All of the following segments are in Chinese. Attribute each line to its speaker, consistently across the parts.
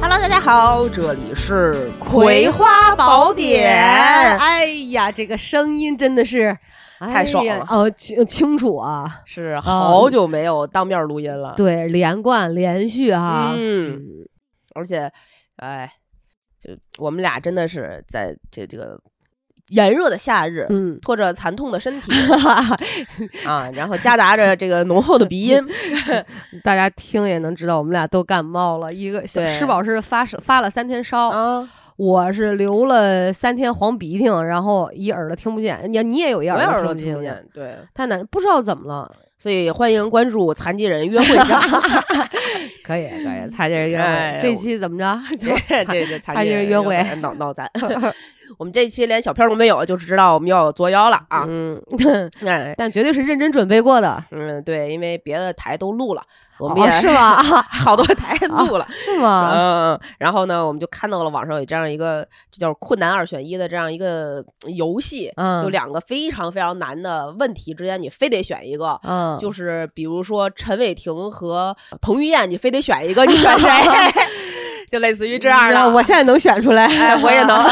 Speaker 1: Hello，大家好，这里是《
Speaker 2: 葵花宝典》。
Speaker 1: 哎，
Speaker 2: 哎呀，这个声音真的是
Speaker 1: 太爽了
Speaker 2: 哎呀哦，清清楚啊，
Speaker 1: 是好久没有当面录音了。
Speaker 2: 对，连贯连续啊，
Speaker 1: 嗯，而且，哎，就我们俩真的是在这这个炎热的夏日，
Speaker 2: 嗯，
Speaker 1: 拖着残痛的身 体啊，然后夹杂着这个浓厚的鼻 音，
Speaker 2: 大家听也能知道，我们俩都感冒了，一个小
Speaker 1: 对
Speaker 2: 施宝是发烧发了三天烧，
Speaker 1: 啊，
Speaker 2: 我是流了三天黄鼻涕，然后一耳朵听不见，你你也有一
Speaker 1: 我也耳
Speaker 2: 耳
Speaker 1: 朵
Speaker 2: 朵
Speaker 1: 听
Speaker 2: 听
Speaker 1: 不
Speaker 2: 不见，
Speaker 1: 见，对，
Speaker 2: 太难，不知道怎么了，
Speaker 1: 所以欢迎关注残疾人约会家，
Speaker 2: 可以可以，擦肩约
Speaker 1: 哎
Speaker 2: 会，这期怎么着？
Speaker 1: 对对对，
Speaker 2: 残疾人约会
Speaker 1: 脑脑 残。 我们这期连小片儿都没有，就知道我们要作妖了啊！
Speaker 2: 嗯，
Speaker 1: 哎，
Speaker 2: 但绝对是认真准备过的，
Speaker 1: 嗯，对，因为别的台都录了，我们
Speaker 2: 哦
Speaker 1: 也、
Speaker 2: 是啊吧？
Speaker 1: 好多台录了，
Speaker 2: 是吗？
Speaker 1: 嗯，然后呢，我们就看到了网上有这样一个，这叫困难二选一的这样一个游戏，
Speaker 2: 嗯
Speaker 1: 就两个非常非常难的问题之间，你非得选一个。
Speaker 2: 嗯，
Speaker 1: 就是比如说陈伟霆和彭于晏，你非得选一个，你 选谁？ 就类似于这样
Speaker 2: 那
Speaker 1: 的。
Speaker 2: 我现在能选出 来，
Speaker 1: 哎，我也能，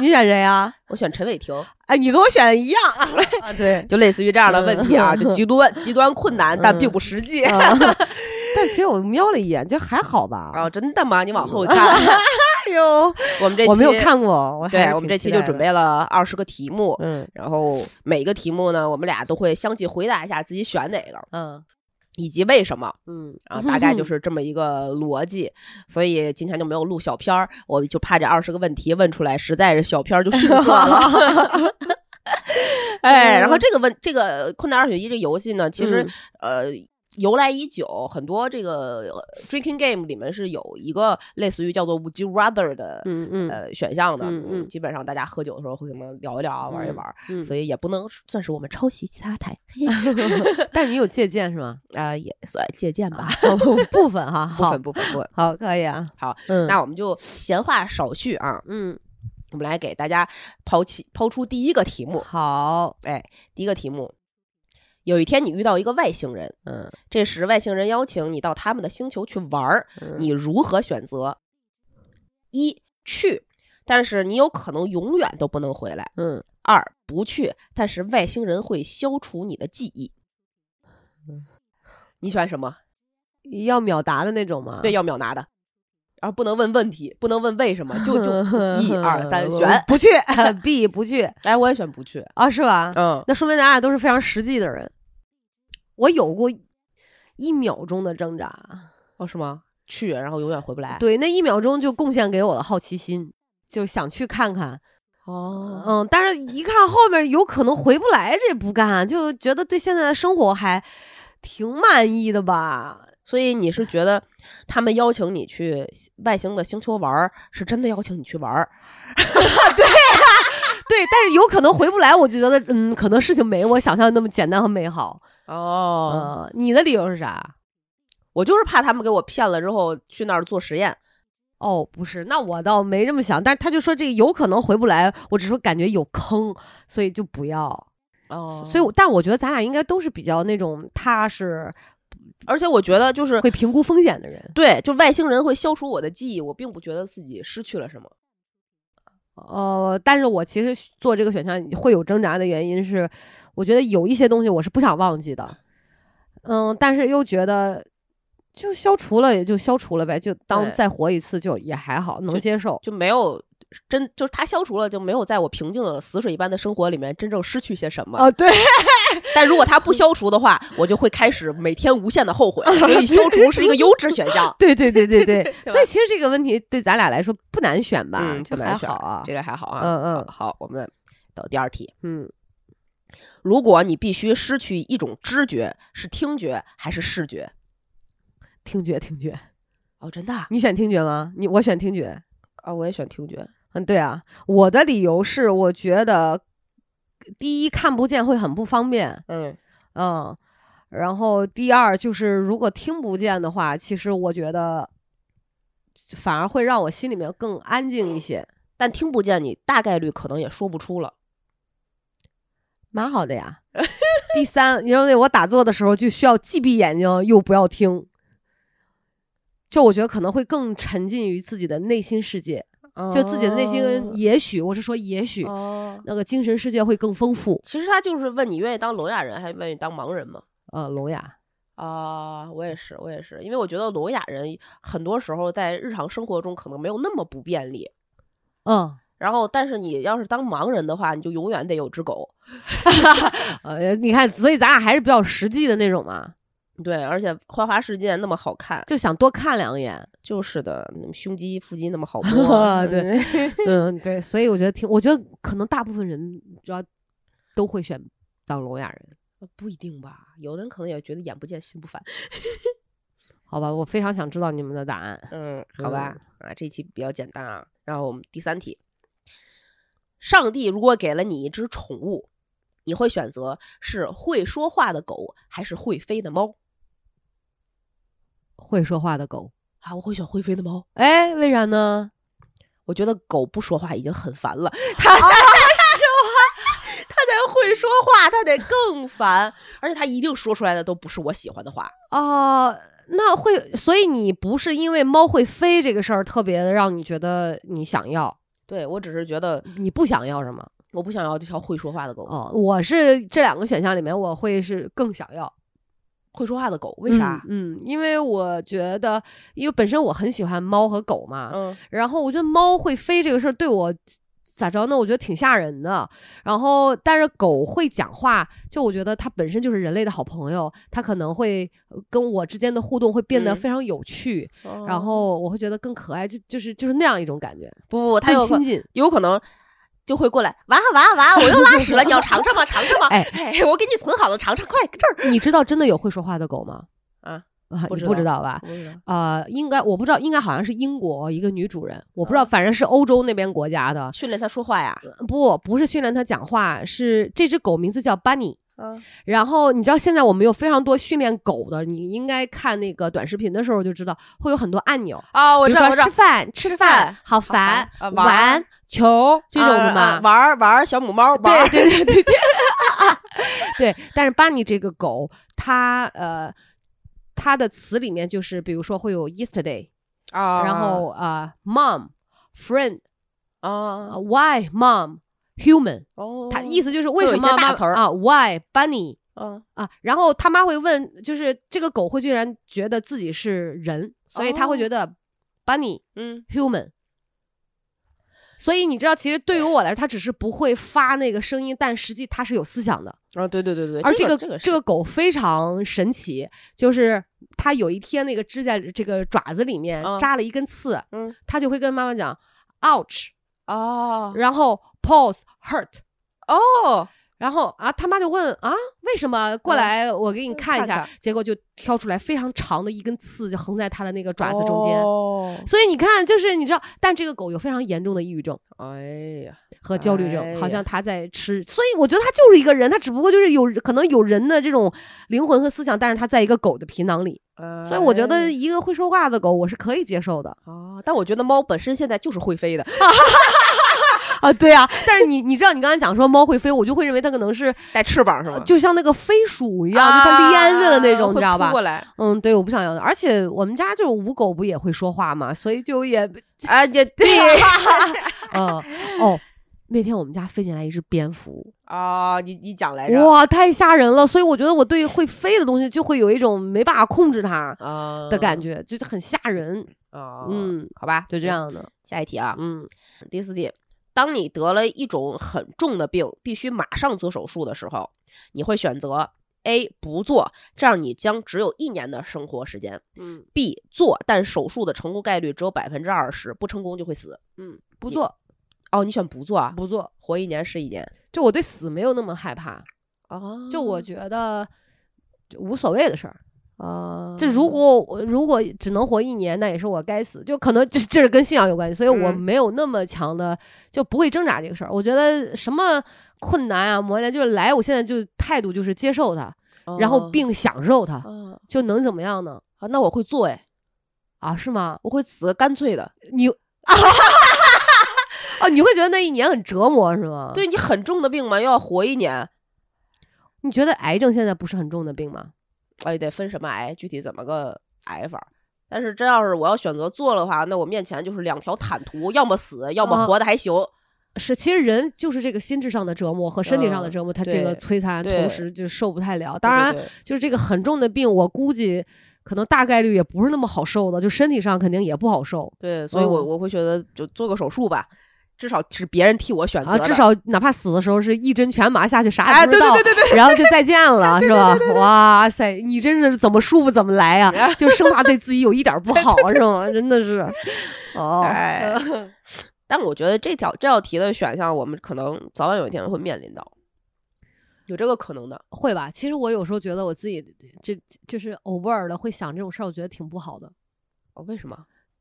Speaker 2: 你选谁啊？
Speaker 1: 我选陈伟霆，
Speaker 2: 哎，你跟我选的一样 啊？对，
Speaker 1: 就类似于这样的问题啊，
Speaker 2: 嗯
Speaker 1: 就极端极端困难，但
Speaker 2: 嗯
Speaker 1: 并不实际。
Speaker 2: 嗯但其实我瞄了一眼，就还好吧。
Speaker 1: 啊，真的吗？你往后 看，
Speaker 2: 哎呦，
Speaker 1: 我们这期
Speaker 2: 嗯我没有，看过，我还是
Speaker 1: 对
Speaker 2: 挺
Speaker 1: 我们这期
Speaker 2: 期待
Speaker 1: 就
Speaker 2: 的
Speaker 1: 准，备了二十个题目，
Speaker 2: 嗯
Speaker 1: 然后每个题目呢，我们俩都会相继回答一下自己选哪个，
Speaker 2: 嗯
Speaker 1: 以及为什么
Speaker 2: 嗯
Speaker 1: 啊，大概 就是这么一个逻辑。所以今天就没有录小片儿，我就怕这二十个问题问出来，实在是小片儿就逊色 了。
Speaker 2: 嗯
Speaker 1: 哎，然后这个问这个困难二选一这个游戏呢，其实、呃。由来已久，很多这个呃 drinking game 里面是有一个类似于叫做 Would you rather 的、
Speaker 2: 嗯嗯
Speaker 1: 呃选项的，
Speaker 2: 嗯嗯
Speaker 1: 基本上大家喝酒的时候会可能聊一聊啊，玩一玩，
Speaker 2: 嗯，
Speaker 1: 所以也不能算是我们抄袭其他 台，
Speaker 2: 但你有借鉴是 吗？
Speaker 1: 啊、也算借鉴吧
Speaker 2: 啊，，部分哈，
Speaker 1: 不
Speaker 2: 呃好
Speaker 1: 分，不分不分。
Speaker 2: 好，可以啊，
Speaker 1: 好，
Speaker 2: 嗯，
Speaker 1: 那我们就闲话少叙啊，
Speaker 2: 嗯
Speaker 1: 我们来给大家抛弃抛出第一个题目。
Speaker 2: 好，
Speaker 1: 哎，第一个题目，有一天你遇到一个外星人，
Speaker 2: 嗯，
Speaker 1: 这时外星人邀请你到他们的星球去玩儿，
Speaker 2: 嗯
Speaker 1: 你如何选择？一去，但是你有可能永远都不能回来；
Speaker 2: 嗯
Speaker 1: 二不去，但是外星人会消除你的记忆。嗯你选什么？
Speaker 2: 要秒答的那种吗？
Speaker 1: 对，，要秒拿的，然后不能问问题，不能问为什么，就就 一二 三
Speaker 2: 我
Speaker 1: 选。
Speaker 2: 不去，B 不去
Speaker 1: 哎，我也选不去。
Speaker 2: 啊，是吧？
Speaker 1: 嗯，
Speaker 2: 那说明咱俩都是非常实际的人。我有过一秒钟的挣扎，
Speaker 1: 哦，是吗？去，然后永远回不来。
Speaker 2: 对，那一秒钟就贡献给我了好奇心，就想去看看。
Speaker 1: 哦，
Speaker 2: 嗯，但是一看后面有可能回不来，这不干，就觉得对现在的生活还挺满意的吧。
Speaker 1: 所以你是觉得他们邀请你去外星的星球玩儿，是真的邀请你去玩儿？
Speaker 2: 对，但是有可能回不来，我就觉得，嗯，可能事情没我想象的那么简单和美好。
Speaker 1: 哦，
Speaker 2: 嗯，你的理由是啥？
Speaker 1: 我就是怕他们给我骗了之后去那儿做实验。
Speaker 2: 哦，不是，那我倒没这么想，但是他就说这个有可能回不来，我只是说感觉有坑，所以就不要。
Speaker 1: 哦
Speaker 2: 所以我，但我觉得咱俩应该都是比较那种踏实、
Speaker 1: 而且我觉得就是
Speaker 2: 会评估风险的人。
Speaker 1: 对，就外星人会消除我的记忆，我并不觉得自己失去了什么。
Speaker 2: 呃，但是我其实做这个选项会有挣扎的原因是，我觉得有一些东西我是不想忘记的，嗯，但是又觉得就消除了也就消除了呗，就当
Speaker 1: 对
Speaker 2: 再活一次就也还好，能接受。
Speaker 1: 就没有真就是它消除了，就没有在我平静的死水一般的生活里面真正失去些什么。
Speaker 2: 哦，对，。
Speaker 1: 但如果它不消除的话，我就会开始每天无限的后悔。所以消除是一个优质选项
Speaker 2: 对对对
Speaker 1: ，
Speaker 2: 对对
Speaker 1: 吧
Speaker 2: 所以其实这个问题对咱俩来说不难选吧，
Speaker 1: 嗯
Speaker 2: 就
Speaker 1: 不
Speaker 2: 还
Speaker 1: 难选
Speaker 2: 好啊，
Speaker 1: 这个还好啊。
Speaker 2: 嗯嗯
Speaker 1: 好好，我们到第二题。
Speaker 2: 嗯，
Speaker 1: 如果你必须失去一种知觉，是听觉还是视觉？
Speaker 2: 听觉听觉，
Speaker 1: 哦，真的啊，
Speaker 2: 你选听觉吗？你我选听觉，
Speaker 1: 啊我也选听觉。
Speaker 2: 嗯，对啊，我的理由是，我觉得第一看不见会很不方便，
Speaker 1: 嗯
Speaker 2: 嗯，然后第二就是如果听不见的话，其实我觉得反而会让我心里面更安静一些，
Speaker 1: 但听不见你，大概率可能也说不出了。
Speaker 2: 蛮好的呀。 第三，因为我打坐的时候就需要既闭眼睛又不要听，就我觉得可能会更沉浸于自己的内心世界，就自己的内心，也许我是说也许
Speaker 1: 哦，
Speaker 2: 那个精神世界会更丰富。
Speaker 1: 其实他就是问你愿意当聋哑人，还愿意当盲人吗？
Speaker 2: 呃，聋哑，
Speaker 1: 啊，我也是，我也是，因为我觉得聋哑人很多时候在日常生活中可能没有那么不便利。
Speaker 2: 嗯，
Speaker 1: 然后，但是你要是当盲人的话，你就永远得有只狗。
Speaker 2: 呃，你看，所以咱俩还是比较实际的那种嘛，
Speaker 1: 对，而且花花世界那么好看，
Speaker 2: 就想多看两 眼。
Speaker 1: 就是的，嗯胸肌、腹肌那么好 摸，
Speaker 2: 对，嗯，对，所以我觉得挺，我觉得可能大部分人主要都会选当聋哑人，
Speaker 1: 嗯不一定吧？有的人可能也觉得眼不见心不烦。
Speaker 2: 好吧？我非常想知道你们的答案。
Speaker 1: 嗯，好吧，啊，这期比较简单啊。然后我们第三题，上帝如果给了你一只宠物，你会选择是会说话的狗还是会飞的猫？
Speaker 2: 会说话的狗，
Speaker 1: 啊，我会选会飞的猫。
Speaker 2: 哎，为啥呢？
Speaker 1: 我觉得狗不说话已经很烦了，它它说话，它得会说话，它得更烦，而且它一定说出来的都不是我喜欢的话。
Speaker 2: 哦、那会，所以你不是因为猫会飞这个事儿特别的让你觉得你想要，
Speaker 1: 对我只是觉得
Speaker 2: 你不想要是吗？
Speaker 1: 我不想要这条会说话的狗，
Speaker 2: 哦，我是这两个选项里面，我会是更想要。
Speaker 1: 会说话的狗为啥？
Speaker 2: 嗯？嗯因为我觉得，因为本身我很喜欢猫和狗嘛，
Speaker 1: 嗯，
Speaker 2: 然后我觉得猫会飞这个事儿对我咋着呢？我觉得挺吓人的。然后，但是狗会讲话，就我觉得它本身就是人类的好朋友，它可能会呃跟我之间的互动会变得
Speaker 1: 嗯
Speaker 2: 非常有趣，
Speaker 1: 哦
Speaker 2: 然后我会觉得更可爱，就就是就是那样一种感觉，
Speaker 1: 不不不，它
Speaker 2: 更
Speaker 1: 有可
Speaker 2: 亲 近。
Speaker 1: 有可能就会过来，娃娃娃，我又拉屎了，你要尝尝吗？尝尝吗？
Speaker 2: 哎
Speaker 1: 哎，我给你存好了，尝尝，快这儿。
Speaker 2: 你知道真的有会说话的狗吗？
Speaker 1: 啊
Speaker 2: 啊，
Speaker 1: 不
Speaker 2: 你
Speaker 1: 知
Speaker 2: 不知
Speaker 1: 道
Speaker 2: 道吧？呃，应该我不知道，应该好像是英国一个女主人，我不知道，
Speaker 1: 啊
Speaker 2: 反正是欧洲那边国家的。
Speaker 1: 训练它说话呀，
Speaker 2: 不，不是训练它讲话，是这只狗名字叫 Bunny。
Speaker 1: 嗯
Speaker 2: 然后你知道现在我们有非常多训练狗的，你应该看那个短视频的时候就知道，会有很多按钮，
Speaker 1: 啊，我
Speaker 2: 比
Speaker 1: 知
Speaker 2: 如
Speaker 1: 道，
Speaker 2: 说
Speaker 1: 我知道
Speaker 2: 吃，饭、吃
Speaker 1: 吃
Speaker 2: 饭
Speaker 1: 饭、
Speaker 2: 好
Speaker 1: 烦
Speaker 2: 烦、呃
Speaker 1: 啊玩
Speaker 2: 玩、嗯球这种的
Speaker 1: 啊啊
Speaker 2: 嘛。
Speaker 1: 玩儿玩儿小母猫，玩
Speaker 2: 对
Speaker 1: 儿
Speaker 2: 对对对对， 对。但是巴尼这个狗，它呃，它的词里面就是，比如说会有 yesterday，
Speaker 1: 啊，
Speaker 2: 然后啊、呃、，mom、friend、
Speaker 1: 啊
Speaker 2: 呃、why mom、human，
Speaker 1: 哦，
Speaker 2: 它意
Speaker 1: 思
Speaker 2: 思就是
Speaker 1: 会
Speaker 2: 为
Speaker 1: 有
Speaker 2: 什
Speaker 1: 一
Speaker 2: 么
Speaker 1: 些大
Speaker 2: 妈
Speaker 1: 词儿
Speaker 2: 啊，why bunny
Speaker 1: 嗯
Speaker 2: 啊，然后他妈会问，就是这个狗会居然觉得自己是人，所以他
Speaker 1: 哦
Speaker 2: 会觉得 bunny、
Speaker 1: 嗯
Speaker 2: human。所以你知道，其实对于我来说，它只是不会发那个声音，但实际它是有思想的。
Speaker 1: 啊，对对对对，
Speaker 2: 而
Speaker 1: 这
Speaker 2: 个
Speaker 1: 这个是
Speaker 2: 这个狗非常神奇，就是它有一天那个指甲这个爪子里面
Speaker 1: 嗯
Speaker 2: 扎了一根刺，
Speaker 1: 嗯
Speaker 2: 它就会跟妈妈讲 ouch，
Speaker 1: 哦
Speaker 2: 然后 pause hurt，
Speaker 1: 哦，
Speaker 2: 然后啊他妈就问啊为什么过
Speaker 1: 嗯
Speaker 2: 来我给你
Speaker 1: 嗯
Speaker 2: 看一下，
Speaker 1: 看
Speaker 2: 结果就挑出来非常长的一根刺，就横在它的那个爪子中间。
Speaker 1: 哦
Speaker 2: 所以你看，就是你知道，但这个狗有非常严重的抑郁症
Speaker 1: 哎呀，
Speaker 2: 和焦虑症，
Speaker 1: 哎
Speaker 2: 好
Speaker 1: 呀
Speaker 2: 像它在吃，所以我觉得它就是一个人，它只不过就是有可能有人的这种灵魂和思想，但是它在一个狗的皮囊里。所以我觉
Speaker 1: 哎
Speaker 2: 得一个会说话的狗，我是可以接受的
Speaker 1: 啊，但我觉得猫本身现在就是会飞的，
Speaker 2: 啊。对啊，但是 你你知道，你刚才讲说猫会飞，我就会认为它可能是
Speaker 1: 带翅膀是
Speaker 2: 呃
Speaker 1: 吗？
Speaker 2: 就像那个飞鼠一样，就它立安着的那种，
Speaker 1: 啊
Speaker 2: 你知道
Speaker 1: 会扑
Speaker 2: 吧
Speaker 1: 过？来，
Speaker 2: 嗯，对，我不想要的。而且我们家就是五狗不也会说话嘛，所以就 也
Speaker 1: 啊，也对
Speaker 2: 嗯哦。那天我们家飞进来一只蝙蝠，
Speaker 1: 啊，你你讲来着
Speaker 2: 哇，太吓人了！所以我觉得我对会飞的东西就会有一种没办法控制它
Speaker 1: 啊
Speaker 2: 的感觉，就是很吓人。
Speaker 1: 啊，嗯，
Speaker 2: 嗯，
Speaker 1: 好吧，
Speaker 2: 就这。样的。
Speaker 1: 下一题啊，
Speaker 2: 嗯，
Speaker 1: 第四题，当你得了一种很重的病，必须马上做手术的时候，你会选择 A 不做，这样你将只有一年的生活时间
Speaker 2: 嗯
Speaker 1: ；B 做，但手术的成功概率只有百分之二十，不成功就会死。
Speaker 2: 嗯，不
Speaker 1: 你
Speaker 2: 做
Speaker 1: 哦，你选不做啊？
Speaker 2: 不做，
Speaker 1: 活一年是一年
Speaker 2: 就我对死没有那么害怕，
Speaker 1: 哦
Speaker 2: 就我觉得就无所谓的事儿。
Speaker 1: 啊，
Speaker 2: 就如果我如果只能活一年，那也是我该死。就可能这这是跟信仰有关系，所以我
Speaker 1: 嗯
Speaker 2: 没有那么强的就不会挣扎这个事儿。我觉得什么困难啊磨练就是来，我现在就态度就是接受它，然后并享受它，
Speaker 1: 啊，
Speaker 2: 就能怎么样呢？
Speaker 1: 啊哦那我会做哎，
Speaker 2: 啊，是吗？
Speaker 1: 我会死个干脆的。
Speaker 2: 你哦，你会觉得那一年很折磨是吗？，
Speaker 1: 对你很重的病嘛，又要活一年，
Speaker 2: 你觉得癌症现在不是很重的病吗？
Speaker 1: 哎，得分什么癌，具体怎么个癌法儿？但是真要是我要选择做的话，那我面前就是两条坦途，要么死，要么
Speaker 2: 啊
Speaker 1: 活的还行。
Speaker 2: 是，其实人就是这个心智上的折磨和身体上的
Speaker 1: 嗯
Speaker 2: 折磨，他这个
Speaker 1: 对
Speaker 2: 摧残，
Speaker 1: 对
Speaker 2: 同时就受不太了。
Speaker 1: 对
Speaker 2: 当然，
Speaker 1: 对对
Speaker 2: 就是这个很重的病，我估计可能大概率也不是那么好受的，就身体上肯定也不好受
Speaker 1: 对，所以我
Speaker 2: 嗯
Speaker 1: 我会觉得就做个手术吧，至少是别人替我选择
Speaker 2: 啊。
Speaker 1: 的，
Speaker 2: 至少哪怕死的时候是一针全麻下去，啥
Speaker 1: 哎，
Speaker 2: 也不
Speaker 1: 对
Speaker 2: 知道，
Speaker 1: 对对对对，
Speaker 2: 然后就再见 了，是吧？哇塞，你真是怎么舒服怎么来
Speaker 1: 哎
Speaker 2: 啊！就生怕对自己有一点 不好，是吗？真的是，哦，
Speaker 1: 哎，但我觉得这条这道题的选项，我们可能早晚有一天会面临到，有这个可能的。
Speaker 2: 会吧？其实我有时候觉得我自己这就是偶尔的会想这种事儿，我觉得挺不好的，
Speaker 1: 哦，为什么？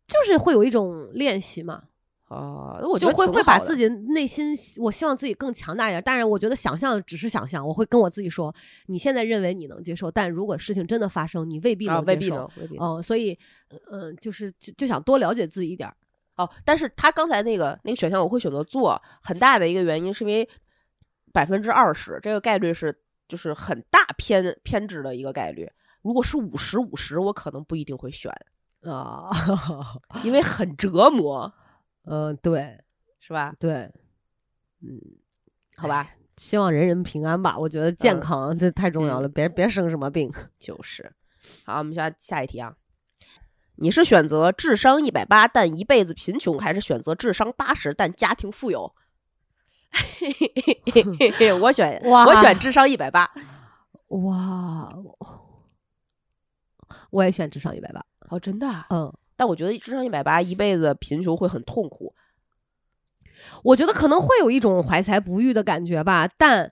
Speaker 2: 就是会有一种练习嘛，
Speaker 1: 啊，那我觉
Speaker 2: 就
Speaker 1: 得
Speaker 2: 会
Speaker 1: 挺
Speaker 2: 会
Speaker 1: 好
Speaker 2: 把
Speaker 1: 的
Speaker 2: 自己内心，我希望自己更强大一点。但是我觉得想象只是想象，我会跟我自己说，你现在认为你能接受，但如果事情真的发生，你未必
Speaker 1: 啊，
Speaker 2: 能
Speaker 1: 未
Speaker 2: 接
Speaker 1: 必
Speaker 2: 受。
Speaker 1: 能，未必能。
Speaker 2: 嗯、所以，嗯、就是就就想多了解自己一点儿。
Speaker 1: 哦，但是他刚才那个那个选项我会选择做，很大的一个原因是因为百分之二十这个概率是就是很大偏偏执的一个概率。如果是五十五十，我可能不一定会选，
Speaker 2: 啊，
Speaker 1: 因为很折磨，
Speaker 2: 嗯，对
Speaker 1: 是吧？
Speaker 2: 对，嗯
Speaker 1: 好吧，
Speaker 2: 希望人人平安吧。我觉得健
Speaker 1: 哎嗯
Speaker 2: 康、这太重要了，别别生什么病。
Speaker 1: 就是。好，我们下下一题啊。你是选择智商一百八但一辈子贫穷，还是选择智商八十但家庭富有？ 我选
Speaker 2: 哇
Speaker 1: 我选智商一百八。
Speaker 2: 哇， 我也选智商一百八。
Speaker 1: 哦，真的、啊？
Speaker 2: 嗯，
Speaker 1: 但我觉得智商一百八一辈子贫穷会很痛苦。
Speaker 2: 我觉得可能会有一种怀才不遇的感觉吧，但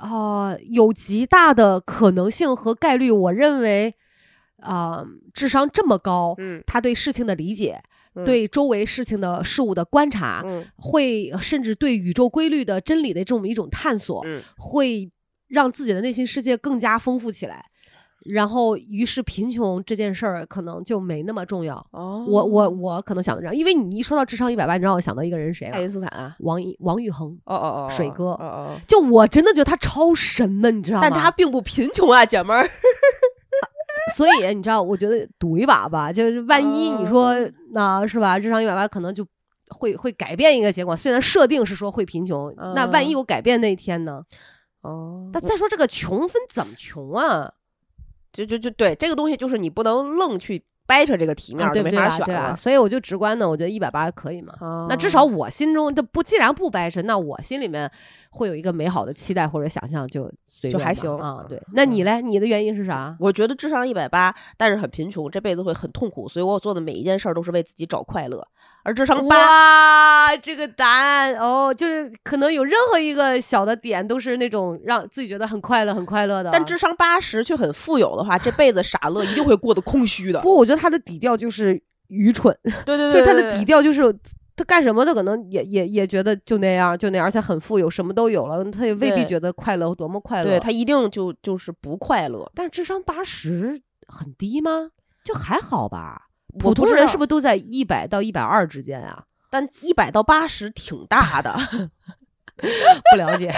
Speaker 2: 呃，有极大的可能性和概率，我认为，啊，智商这么高，
Speaker 1: 嗯
Speaker 2: 他对事情的理解，
Speaker 1: 嗯
Speaker 2: 对周围事情的事物的观察，
Speaker 1: 嗯
Speaker 2: 会甚至对宇宙规律的真理的这么一种探索，
Speaker 1: 嗯
Speaker 2: 会让自己的内心世界更加丰富起来。然后，于是贫穷这件事儿可能就没那么重要。
Speaker 1: 哦
Speaker 2: 我我我可能想的这样，因为你一说到智商一百八，你知道我想到一个人是谁吗
Speaker 1: 爱？因斯坦啊。
Speaker 2: 王一王昱珩。
Speaker 1: 哦哦哦，
Speaker 2: 水哥
Speaker 1: 哦哦，
Speaker 2: 就我真的觉得他超神的，你知道吗？
Speaker 1: 但他并不贫穷啊，姐们儿。
Speaker 2: 所以你知道，我觉得赌一把吧，就是万一你说那、是吧，智商一百八可能就会会改变一个结果。虽然设定是说会贫穷，那万一我改变那一天呢？
Speaker 1: 哦
Speaker 2: 那哦再说这个穷分怎么穷啊？
Speaker 1: 就就就对这个东西，就是你不能愣去掰扯这个题面
Speaker 2: 啊
Speaker 1: 儿，
Speaker 2: 对
Speaker 1: 就没
Speaker 2: 不对
Speaker 1: 法
Speaker 2: 啊？
Speaker 1: 选
Speaker 2: 对啊，
Speaker 1: 了。
Speaker 2: 所以我就直观的，我觉得一百八可以嘛。那
Speaker 1: 那
Speaker 2: 至少我心中的不，既然不掰扯，那我心里面会有一个美好的期待或者想象，就随
Speaker 1: 就
Speaker 2: 便
Speaker 1: 还
Speaker 2: 吧
Speaker 1: 行
Speaker 2: 啊。对，那你嘞？你的原因是啥？
Speaker 1: 我觉得智商一百八，但是很贫穷，这辈子会很痛苦，所以我做的每一件事儿都是为自己找快乐。而智商八，
Speaker 2: 哇，这个答案哦，就是可能有任何一个小的点都是那种让自己觉得很快乐、很快乐的。啊
Speaker 1: 但智商八十却很富有的话，这辈子傻乐一定会过得空虚的。
Speaker 2: 不， 我觉得他的底调就是愚蠢，
Speaker 1: 对对
Speaker 2: 就是他的底，调就是。他干什么的可能也也也觉得就那样就那样，而且很富有，什么都有了，他也未必
Speaker 1: 对
Speaker 2: 觉得快乐多么快乐。
Speaker 1: 对他一定就就是不快乐。
Speaker 2: 但是智商八十很低吗？就还好吧。
Speaker 1: 我
Speaker 2: 普
Speaker 1: 不
Speaker 2: 通
Speaker 1: 知
Speaker 2: 人
Speaker 1: 道
Speaker 2: 是不是都在一百到一百二之间啊？
Speaker 1: 但一百到八十挺大 的，
Speaker 2: 不了解，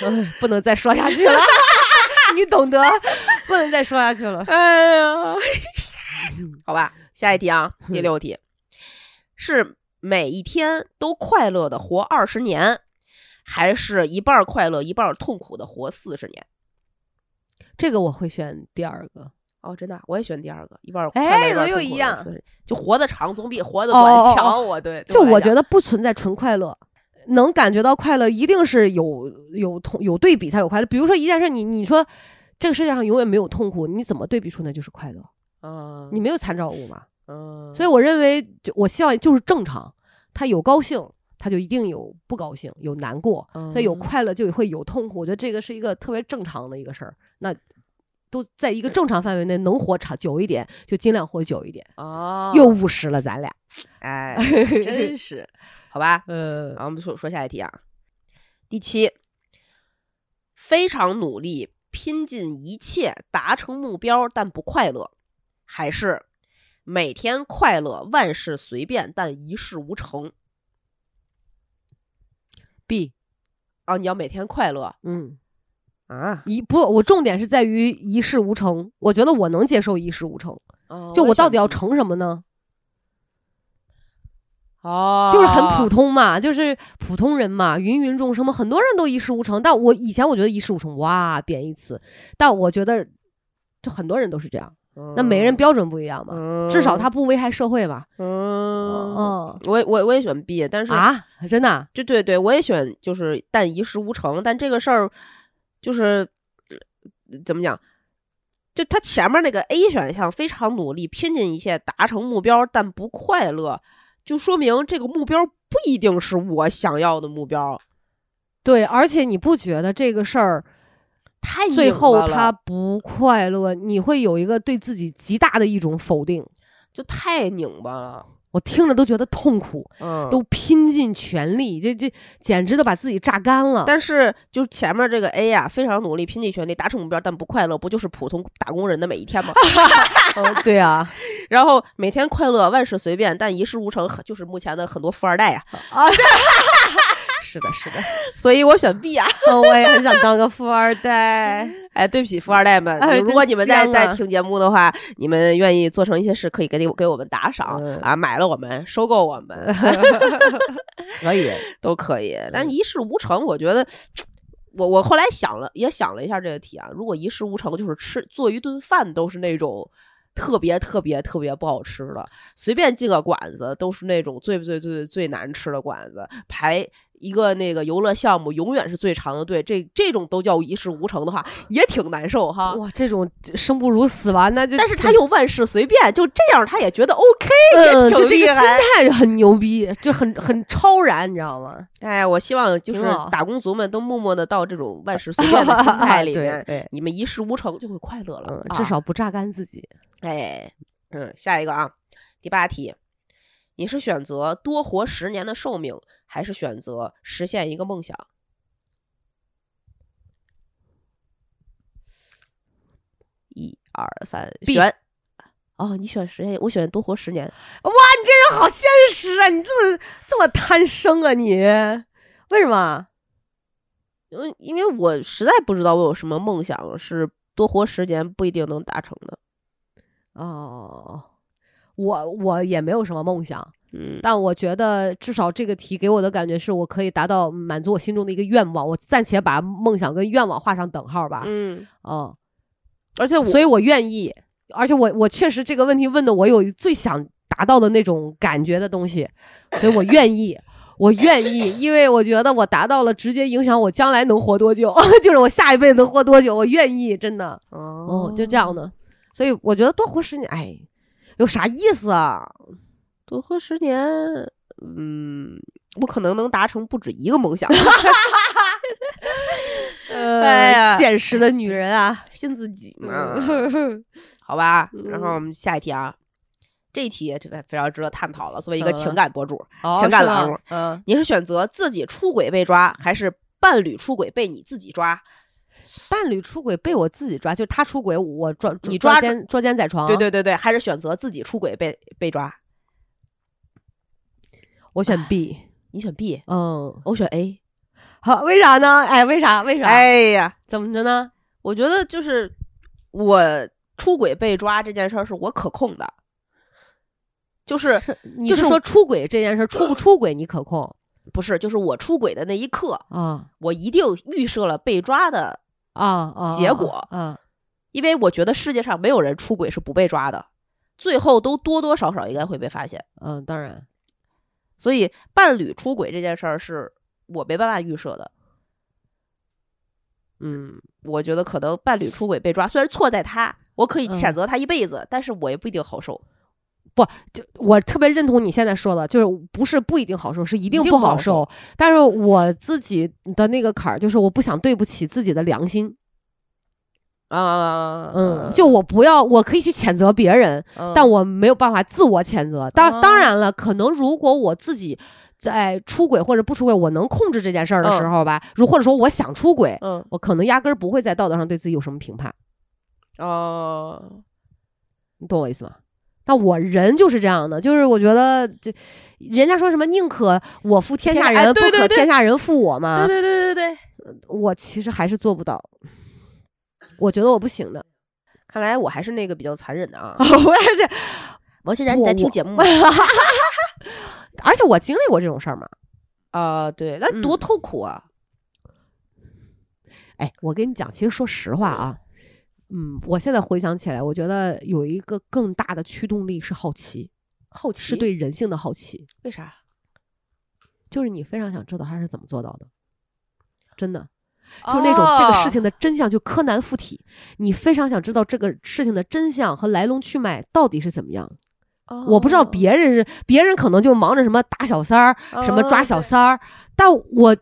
Speaker 2: 嗯不能再说下去了， 你懂得，不能再说下去了。
Speaker 1: 哎呀， 好吧，下一题啊，
Speaker 2: 嗯
Speaker 1: 第六题是每一天都快乐的活二十年，还是一半儿快乐一半儿痛苦的活四十年？
Speaker 2: 这个我会选第二个。
Speaker 1: 哦，真的啊，我也选第二个，一半儿
Speaker 2: 哎
Speaker 1: 快乐一半
Speaker 2: 怎么
Speaker 1: 痛
Speaker 2: 又
Speaker 1: 苦
Speaker 2: 一
Speaker 1: 的
Speaker 2: 样
Speaker 1: 40就活得长总比活得
Speaker 2: 哦哦哦
Speaker 1: 短
Speaker 2: 哦
Speaker 1: 强。我对，对
Speaker 2: 就
Speaker 1: 我
Speaker 2: 我
Speaker 1: 来
Speaker 2: 觉
Speaker 1: 讲
Speaker 2: 得不存在纯快乐，能感觉到快乐一定是有有痛有对比才有快乐。比如说一件事你，你说这个世界上永远没有痛苦，你怎么对比出那就是快乐？
Speaker 1: 嗯，
Speaker 2: 你没有参照物嘛？
Speaker 1: 嗯，
Speaker 2: 所以我认为，就我希望就是正常，他有高兴，他就一定有不高兴，有难过，
Speaker 1: 嗯
Speaker 2: 所以有快乐就会有痛苦。我觉得这个是一个特别正常的一个事儿。那都在一个正常范围内，能活长久一点就尽量活久一点。
Speaker 1: 哦，
Speaker 2: 又务实了，咱俩。
Speaker 1: 哎， 真是好吧，
Speaker 2: 呃
Speaker 1: 然后我们说说下一题啊，第七，非常努力，拼尽一切达成目标，但不快乐，还是每天快乐，万事随便，但一事无成
Speaker 2: ，B，
Speaker 1: 啊？你要每天快乐
Speaker 2: 嗯，
Speaker 1: 啊？
Speaker 2: 一不，我重点是在于一事无成。我觉得我能接受一事无成，
Speaker 1: 哦
Speaker 2: 就
Speaker 1: 也
Speaker 2: 我到
Speaker 1: 选
Speaker 2: 底要
Speaker 1: 不
Speaker 2: 成什么呢？
Speaker 1: 哦，
Speaker 2: 就是很普通嘛，就是普通人嘛，芸芸众生嘛，很多人都一事无成。但我以前我觉得一事无成，哇，贬义词。但我觉得，就很多人都是这样。
Speaker 1: 嗯，
Speaker 2: 那每人标准不一样嘛，
Speaker 1: 嗯
Speaker 2: 至少他不危害社会嘛。
Speaker 1: 嗯，
Speaker 2: 嗯
Speaker 1: 我也我也我也选 B，但是
Speaker 2: 啊，真的啊
Speaker 1: 对对对，我也选就是但一事无成，但这个事儿就是呃怎么讲？就他前面那个 A 选项非常努力，拼尽一切达成目标，但不快乐，就说明这个目标不一定是我想要的目标。
Speaker 2: 对，而且你不觉得这个事儿
Speaker 1: 太
Speaker 2: 最
Speaker 1: 拧巴
Speaker 2: 后
Speaker 1: 了
Speaker 2: 他不快乐，你会有一个对自己极大的一种否定。
Speaker 1: 就太拧巴了，
Speaker 2: 我听着都觉得痛苦，
Speaker 1: 嗯，
Speaker 2: 都拼尽全力，这这简直都把自己榨干了。
Speaker 1: 但是就是前面这个 A 呀、非常努力，拼尽全力达成目标，但不快乐，不就是普通打工人的每一天吗？
Speaker 2: 嗯对啊，
Speaker 1: 然后每天快乐，万事随便，但一事无成，就是目前的很多富二代呀、
Speaker 2: 啊， 是的，是的，
Speaker 1: 所以我选 B 啊。
Speaker 2: 哦我也很想当个富二 代。
Speaker 1: 哎，对不起，富二代们，
Speaker 2: 哎
Speaker 1: 如果
Speaker 2: 真
Speaker 1: 你们在
Speaker 2: 香啊
Speaker 1: 在听节目的话，你们愿意做成一些事，可以给你给我们打赏、
Speaker 2: 嗯
Speaker 1: 啊，买了我们，收购我们
Speaker 2: 可以，
Speaker 1: 都可以。但一事无成，我觉得。我我后来想了，也想了一下这个题啊。如果一事无成，就是吃做一顿饭都是那种特别特别特别不好吃的，随便进个馆子都是那种最最最最难吃的馆子，排一个那个游乐项目永远是最长的队。这这种都叫一事无成的话，也挺难受哈。
Speaker 2: 哇，这种生不如死吧，那就
Speaker 1: 但是他又万事随便，就这样他也觉得 OK，
Speaker 2: 嗯，
Speaker 1: 也
Speaker 2: 就
Speaker 1: 挺
Speaker 2: 这
Speaker 1: 厉
Speaker 2: 个心
Speaker 1: 害。
Speaker 2: 态就很牛逼，就很很超然，你知道吗？
Speaker 1: 哎，我希望就是
Speaker 2: 挺好
Speaker 1: 打工族们都默默的到这种万事随便 的心态里
Speaker 2: 对
Speaker 1: 面，
Speaker 2: 对，
Speaker 1: 你们一事无成就会快乐了
Speaker 2: 嗯，，
Speaker 1: 啊
Speaker 2: 至少不榨干自己。
Speaker 1: 哎，嗯，下一个啊，第八题，你是选择多活十年的寿命，还是选择实现一个梦想？一二三，
Speaker 2: B
Speaker 1: 选。哦，你选实现，我选多活十年。
Speaker 2: 哇，你这人好现实啊！你这么这么贪生啊你？为什么？啊
Speaker 1: 因为因为我实在不知道我有什么梦想是多活十年不一定能达成的。
Speaker 2: 哦，我我也没有什么梦想，
Speaker 1: 嗯，
Speaker 2: 但我觉得至少这个题给我的感觉是我可以达到满足我心中的一个愿望。我暂且把梦想跟愿望画上等号吧。
Speaker 1: 嗯，
Speaker 2: 哦，
Speaker 1: 而且我
Speaker 2: 所以我愿意，而且我我确实这个问题问的我有最想达到的那种感觉的东西，所以我愿意。 我愿意，因为我觉得我达到了，直接影响我将来能活多久， 就是我下一辈子能活多久。我愿意，真的。
Speaker 1: 哦
Speaker 2: 哦，就这样的。所以我觉得多活十年，哎，有啥意思啊？
Speaker 1: 多活十年，嗯，我可能能达成不止一个梦想，
Speaker 2: 呃
Speaker 1: 哎呀
Speaker 2: 现实的女人 啊，
Speaker 1: 信自己 嘛，
Speaker 2: 嗯
Speaker 1: 好吧。然后
Speaker 2: 嗯
Speaker 1: 我们下一题啊，这一题这非常值得探讨了。作为一个
Speaker 2: 嗯
Speaker 1: 情感博主，
Speaker 2: 哦
Speaker 1: 情感
Speaker 2: 是
Speaker 1: 栏
Speaker 2: 吗
Speaker 1: 目
Speaker 2: 嗯，
Speaker 1: 你是选择自己出轨被抓，还是伴侣出轨被你自己抓？
Speaker 2: 伴侣出轨被我自己抓，就是他出轨，我抓
Speaker 1: 你抓
Speaker 2: 抓
Speaker 1: 着
Speaker 2: 奸捉奸在床，
Speaker 1: 对，对对对，还是选择自己出轨被被抓？
Speaker 2: 我选 B，
Speaker 1: 你选 B，
Speaker 2: 嗯，
Speaker 1: 我选 A。
Speaker 2: 好，为啥呢？哎，为啥？为啥？，
Speaker 1: 哎呀，
Speaker 2: 怎么着呢？
Speaker 1: 我觉得就是我出轨被抓这件事儿是我可控的，就是
Speaker 2: 你
Speaker 1: 就是是
Speaker 2: 说出轨这件事，出不出轨你可控
Speaker 1: 不是就是我出轨的那一刻，
Speaker 2: 啊
Speaker 1: 我一定预设了被抓的，
Speaker 2: 啊啊！
Speaker 1: 结果
Speaker 2: 啊，
Speaker 1: 因为我觉得世界上没有人出轨是不被抓的，最后都多多少少应该会被发现，
Speaker 2: 嗯，当然，
Speaker 1: 所以伴侣出轨这件事儿是我没办法预设的。嗯，我觉得可能伴侣出轨被抓，虽然错在他，我可以谴
Speaker 2: 嗯
Speaker 1: 责他一辈子，但是我也不一定好受。
Speaker 2: 我特别认同你现在说的，就是不是不一定好受，是一定
Speaker 1: 一定不
Speaker 2: 不
Speaker 1: 好
Speaker 2: 好受。但是我自己的那个坎儿，就是我不想对不起自己的良心。
Speaker 1: 啊，
Speaker 2: 嗯，就我不要，我可以去谴责别人，
Speaker 1: 嗯
Speaker 2: 但我没有办法自我谴责。当
Speaker 1: 哦
Speaker 2: 当然了，可能如果我自己在出轨或者不出轨，我能控制这件事儿的时候吧，如或者说我想出轨，
Speaker 1: 嗯
Speaker 2: 我可能压根儿不会在道德上对自己有什么评判，
Speaker 1: 哦，
Speaker 2: 你懂我意思吗？但我人就是这样的，就是我觉得这，人家说什么宁可我负天下
Speaker 1: 天下哎
Speaker 2: 人，不
Speaker 1: 对对
Speaker 2: 可
Speaker 1: 对
Speaker 2: 天下人负我嘛。
Speaker 1: 对对对对对，
Speaker 2: 我其实还是做不到，我觉得我不行的。。
Speaker 1: 看来我还是那个比较残忍的啊
Speaker 2: 我也是，
Speaker 1: 王欣然，你在听节目 吗？
Speaker 2: 而且我经历过这种事儿嘛。
Speaker 1: 啊，对，那多
Speaker 2: 嗯
Speaker 1: 痛苦啊！
Speaker 2: 哎，我跟你讲，其实说实话啊，嗯，我现在回想起来，我觉得有一个更大的驱动力是好奇，
Speaker 1: 好奇
Speaker 2: 是对人性的好奇，
Speaker 1: 为啥？
Speaker 2: 就是你非常想知道他是怎么做到的，真的。就是那种这个事
Speaker 1: 哦
Speaker 2: 情的真相，就柯南附体，你非常想知道这个事情的真相和来龙去脉到底是怎么样。
Speaker 1: 哦，
Speaker 2: 我不知道别人是，别人可能就忙着什么打小三儿，什么
Speaker 1: 哦
Speaker 2: 抓小三儿，但我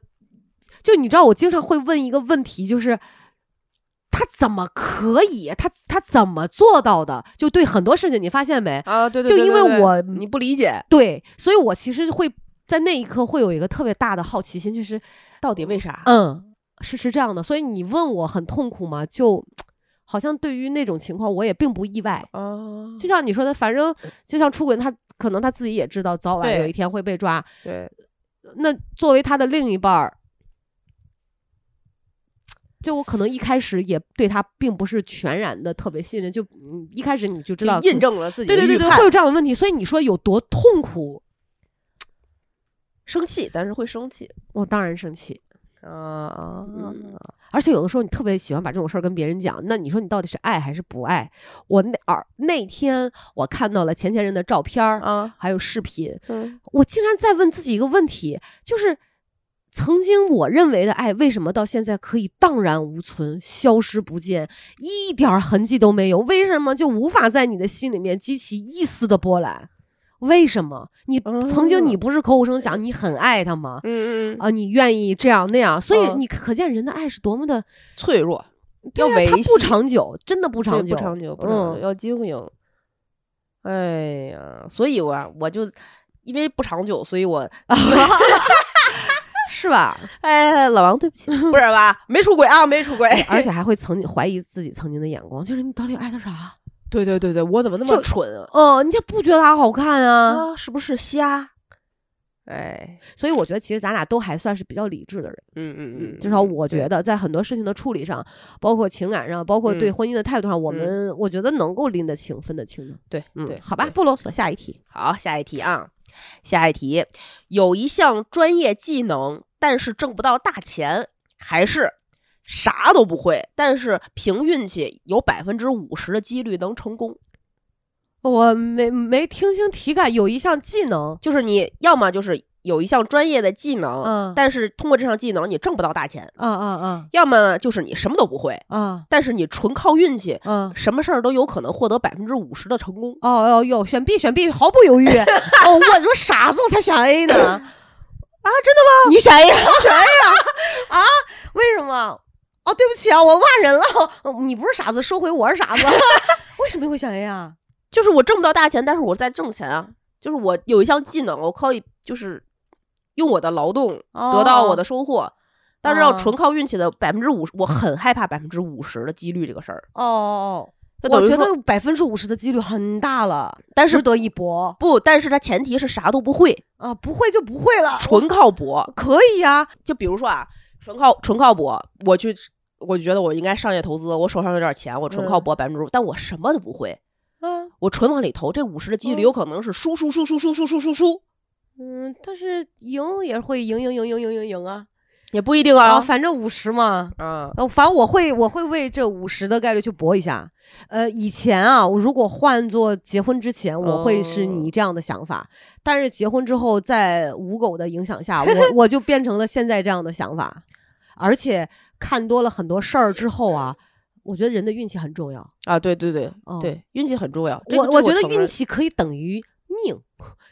Speaker 2: 就你知道，我经常会问一个问题，就是他怎么可以，他他怎么做到的？就对很多事情，你发现没？
Speaker 1: 啊，对对
Speaker 2: 就
Speaker 1: 对
Speaker 2: 因
Speaker 1: 对
Speaker 2: 为
Speaker 1: 对
Speaker 2: 我
Speaker 1: 你不理解
Speaker 2: 对，所以我其实会在那一刻会有一个特别大的好奇心，就是
Speaker 1: 到底为啥？
Speaker 2: 嗯，是是这样的，所以你问我很痛苦吗？就好像对于那种情况，我也并不意外。
Speaker 1: 哦，
Speaker 2: 嗯就像你说的，反正就像出轨，他可能他自己也知道早晚
Speaker 1: 对
Speaker 2: 有一天会被抓。
Speaker 1: 对，
Speaker 2: 那作为他的另一半儿，就我可能一开始也对他并不是全然的特别信任，就嗯一开始你就知道
Speaker 1: 印证了自己
Speaker 2: 对
Speaker 1: 的
Speaker 2: 对对
Speaker 1: 预
Speaker 2: 对，
Speaker 1: 判
Speaker 2: 会有这样的问题。所以你说有多痛苦？
Speaker 1: 生气，但是会生气
Speaker 2: 我当然生气。
Speaker 1: 啊啊
Speaker 2: 嗯而且有的时候你特别喜欢把这种事儿跟别人讲，那你说你到底是爱还是不爱？我那儿那天我看到了前前任的照片儿，
Speaker 1: 啊！
Speaker 2: 还有视频，
Speaker 1: 嗯
Speaker 2: 我竟然在问自己一个问题，就是曾经我认为的爱，为什么到现在可以荡然无存、消失不见，一点儿痕迹都没有？为什么就无法在你的心里面激起一丝的波澜？为什么你
Speaker 1: 哦
Speaker 2: 曾经你不是口口声声讲你很爱他吗？
Speaker 1: 嗯嗯，
Speaker 2: 啊，你愿意这样那样，所以
Speaker 1: 嗯
Speaker 2: 你可见人的爱是多么的
Speaker 1: 脆弱，
Speaker 2: 对
Speaker 1: 要
Speaker 2: 呀
Speaker 1: 维
Speaker 2: 它
Speaker 1: 系
Speaker 2: 不长久，真的不
Speaker 1: 对
Speaker 2: 长久，
Speaker 1: 不长久，不长久，
Speaker 2: 嗯
Speaker 1: 要经营。哎呀，所以我啊我就因为不长久，所以我
Speaker 2: 是吧？
Speaker 1: 哎，老王对不 起，不是吧？没出轨啊，没出轨。
Speaker 2: 而且还会曾经怀疑自己曾经的眼光，就是你到底爱他啥？
Speaker 1: 对对对对，我怎么那
Speaker 2: 就
Speaker 1: 么蠢啊？
Speaker 2: 哦、你就不觉得他好看啊？
Speaker 1: 啊，是不是瞎？哎，
Speaker 2: 所以我觉得其实咱俩都还算是比较理智的人，
Speaker 1: 嗯嗯嗯，
Speaker 2: 至少我
Speaker 1: 对
Speaker 2: 觉得在很多事情的处理上，包括情感上，包括对
Speaker 1: 嗯
Speaker 2: 婚姻的态度上，我们我觉得能够拎得清、分得清的。
Speaker 1: 对
Speaker 2: 嗯，
Speaker 1: 对，
Speaker 2: 好吧，
Speaker 1: 对
Speaker 2: 不啰嗦，下一题。
Speaker 1: 好，下一题啊，下一题，有一项专业技能，但是挣不到大钱，还是啥都不会，但是凭运气有百分之五十的几率能成功。
Speaker 2: 我没没听清题干，有一项技能，
Speaker 1: 就是你要么就是有一项专业的技能，
Speaker 2: 嗯
Speaker 1: 但是通过这项技能你挣不到大钱；
Speaker 2: 啊啊
Speaker 1: 要么就是你什么都不会，
Speaker 2: 啊啊
Speaker 1: 但是你纯靠运气，
Speaker 2: 啊！
Speaker 1: 什么事儿都有可能获得百分之五十的成功。
Speaker 2: 哦哦哟，选 B 选 B，毫不犹豫。 哦，我说傻子，我才选 A 呢。啊，真的吗？你选 A 了，我选 A 了。啊？为什么？哦，对不起啊，我骂人了。哦你不是傻子，收回我是傻子。 为什么会选 A 啊？
Speaker 1: 就是我挣不到大钱，但是我在挣钱啊。就是我有一项技能，我可以就是用我的劳动
Speaker 2: 哦
Speaker 1: 得到我的收获，但是要
Speaker 2: 哦
Speaker 1: 纯靠运气的百分之五十，我很害怕百分之五十的几率这个事儿。
Speaker 2: 哦哦
Speaker 1: 就
Speaker 2: 哦，
Speaker 1: 等
Speaker 2: 我
Speaker 1: 于
Speaker 2: 觉
Speaker 1: 说，
Speaker 2: 得百分之五十的几率很大了，
Speaker 1: 但
Speaker 2: 值
Speaker 1: 是
Speaker 2: 得一搏
Speaker 1: 不，但是它前提是啥都不会，
Speaker 2: 啊！不会就不会了，
Speaker 1: 纯靠搏。
Speaker 2: 可以呀、
Speaker 1: 就比如说啊，纯靠纯靠搏，我去，我就觉得我应该商业投资，我手上有点钱，我纯靠
Speaker 2: 嗯
Speaker 1: 搏百分之五，但我什么都不会，
Speaker 2: 啊，
Speaker 1: 我纯往里投，这五十的几率
Speaker 2: 嗯
Speaker 1: 有可能是输输输输输输输输输，
Speaker 2: 嗯，但是赢也会赢赢赢赢赢赢赢啊！
Speaker 1: 也不一定
Speaker 2: 啊，
Speaker 1: 啊。
Speaker 2: 反正五十嘛，
Speaker 1: 嗯
Speaker 2: 呃，反正我会我会为这五十的概率去搏一下。呃，以前啊，我如果换做结婚之前，我会是
Speaker 1: 哦
Speaker 2: 你这样的想法，但是结婚之后，在五狗的影响下，我我就变成了现在这样的想法。而且看多了很多事儿之后啊，我觉得人的运气很重要。
Speaker 1: 啊，对对对，
Speaker 2: 哦
Speaker 1: 对，运气很重要。这
Speaker 2: 我
Speaker 1: 个
Speaker 2: 我
Speaker 1: 这
Speaker 2: 觉得
Speaker 1: 承
Speaker 2: 运
Speaker 1: 认，
Speaker 2: 气可以等于命，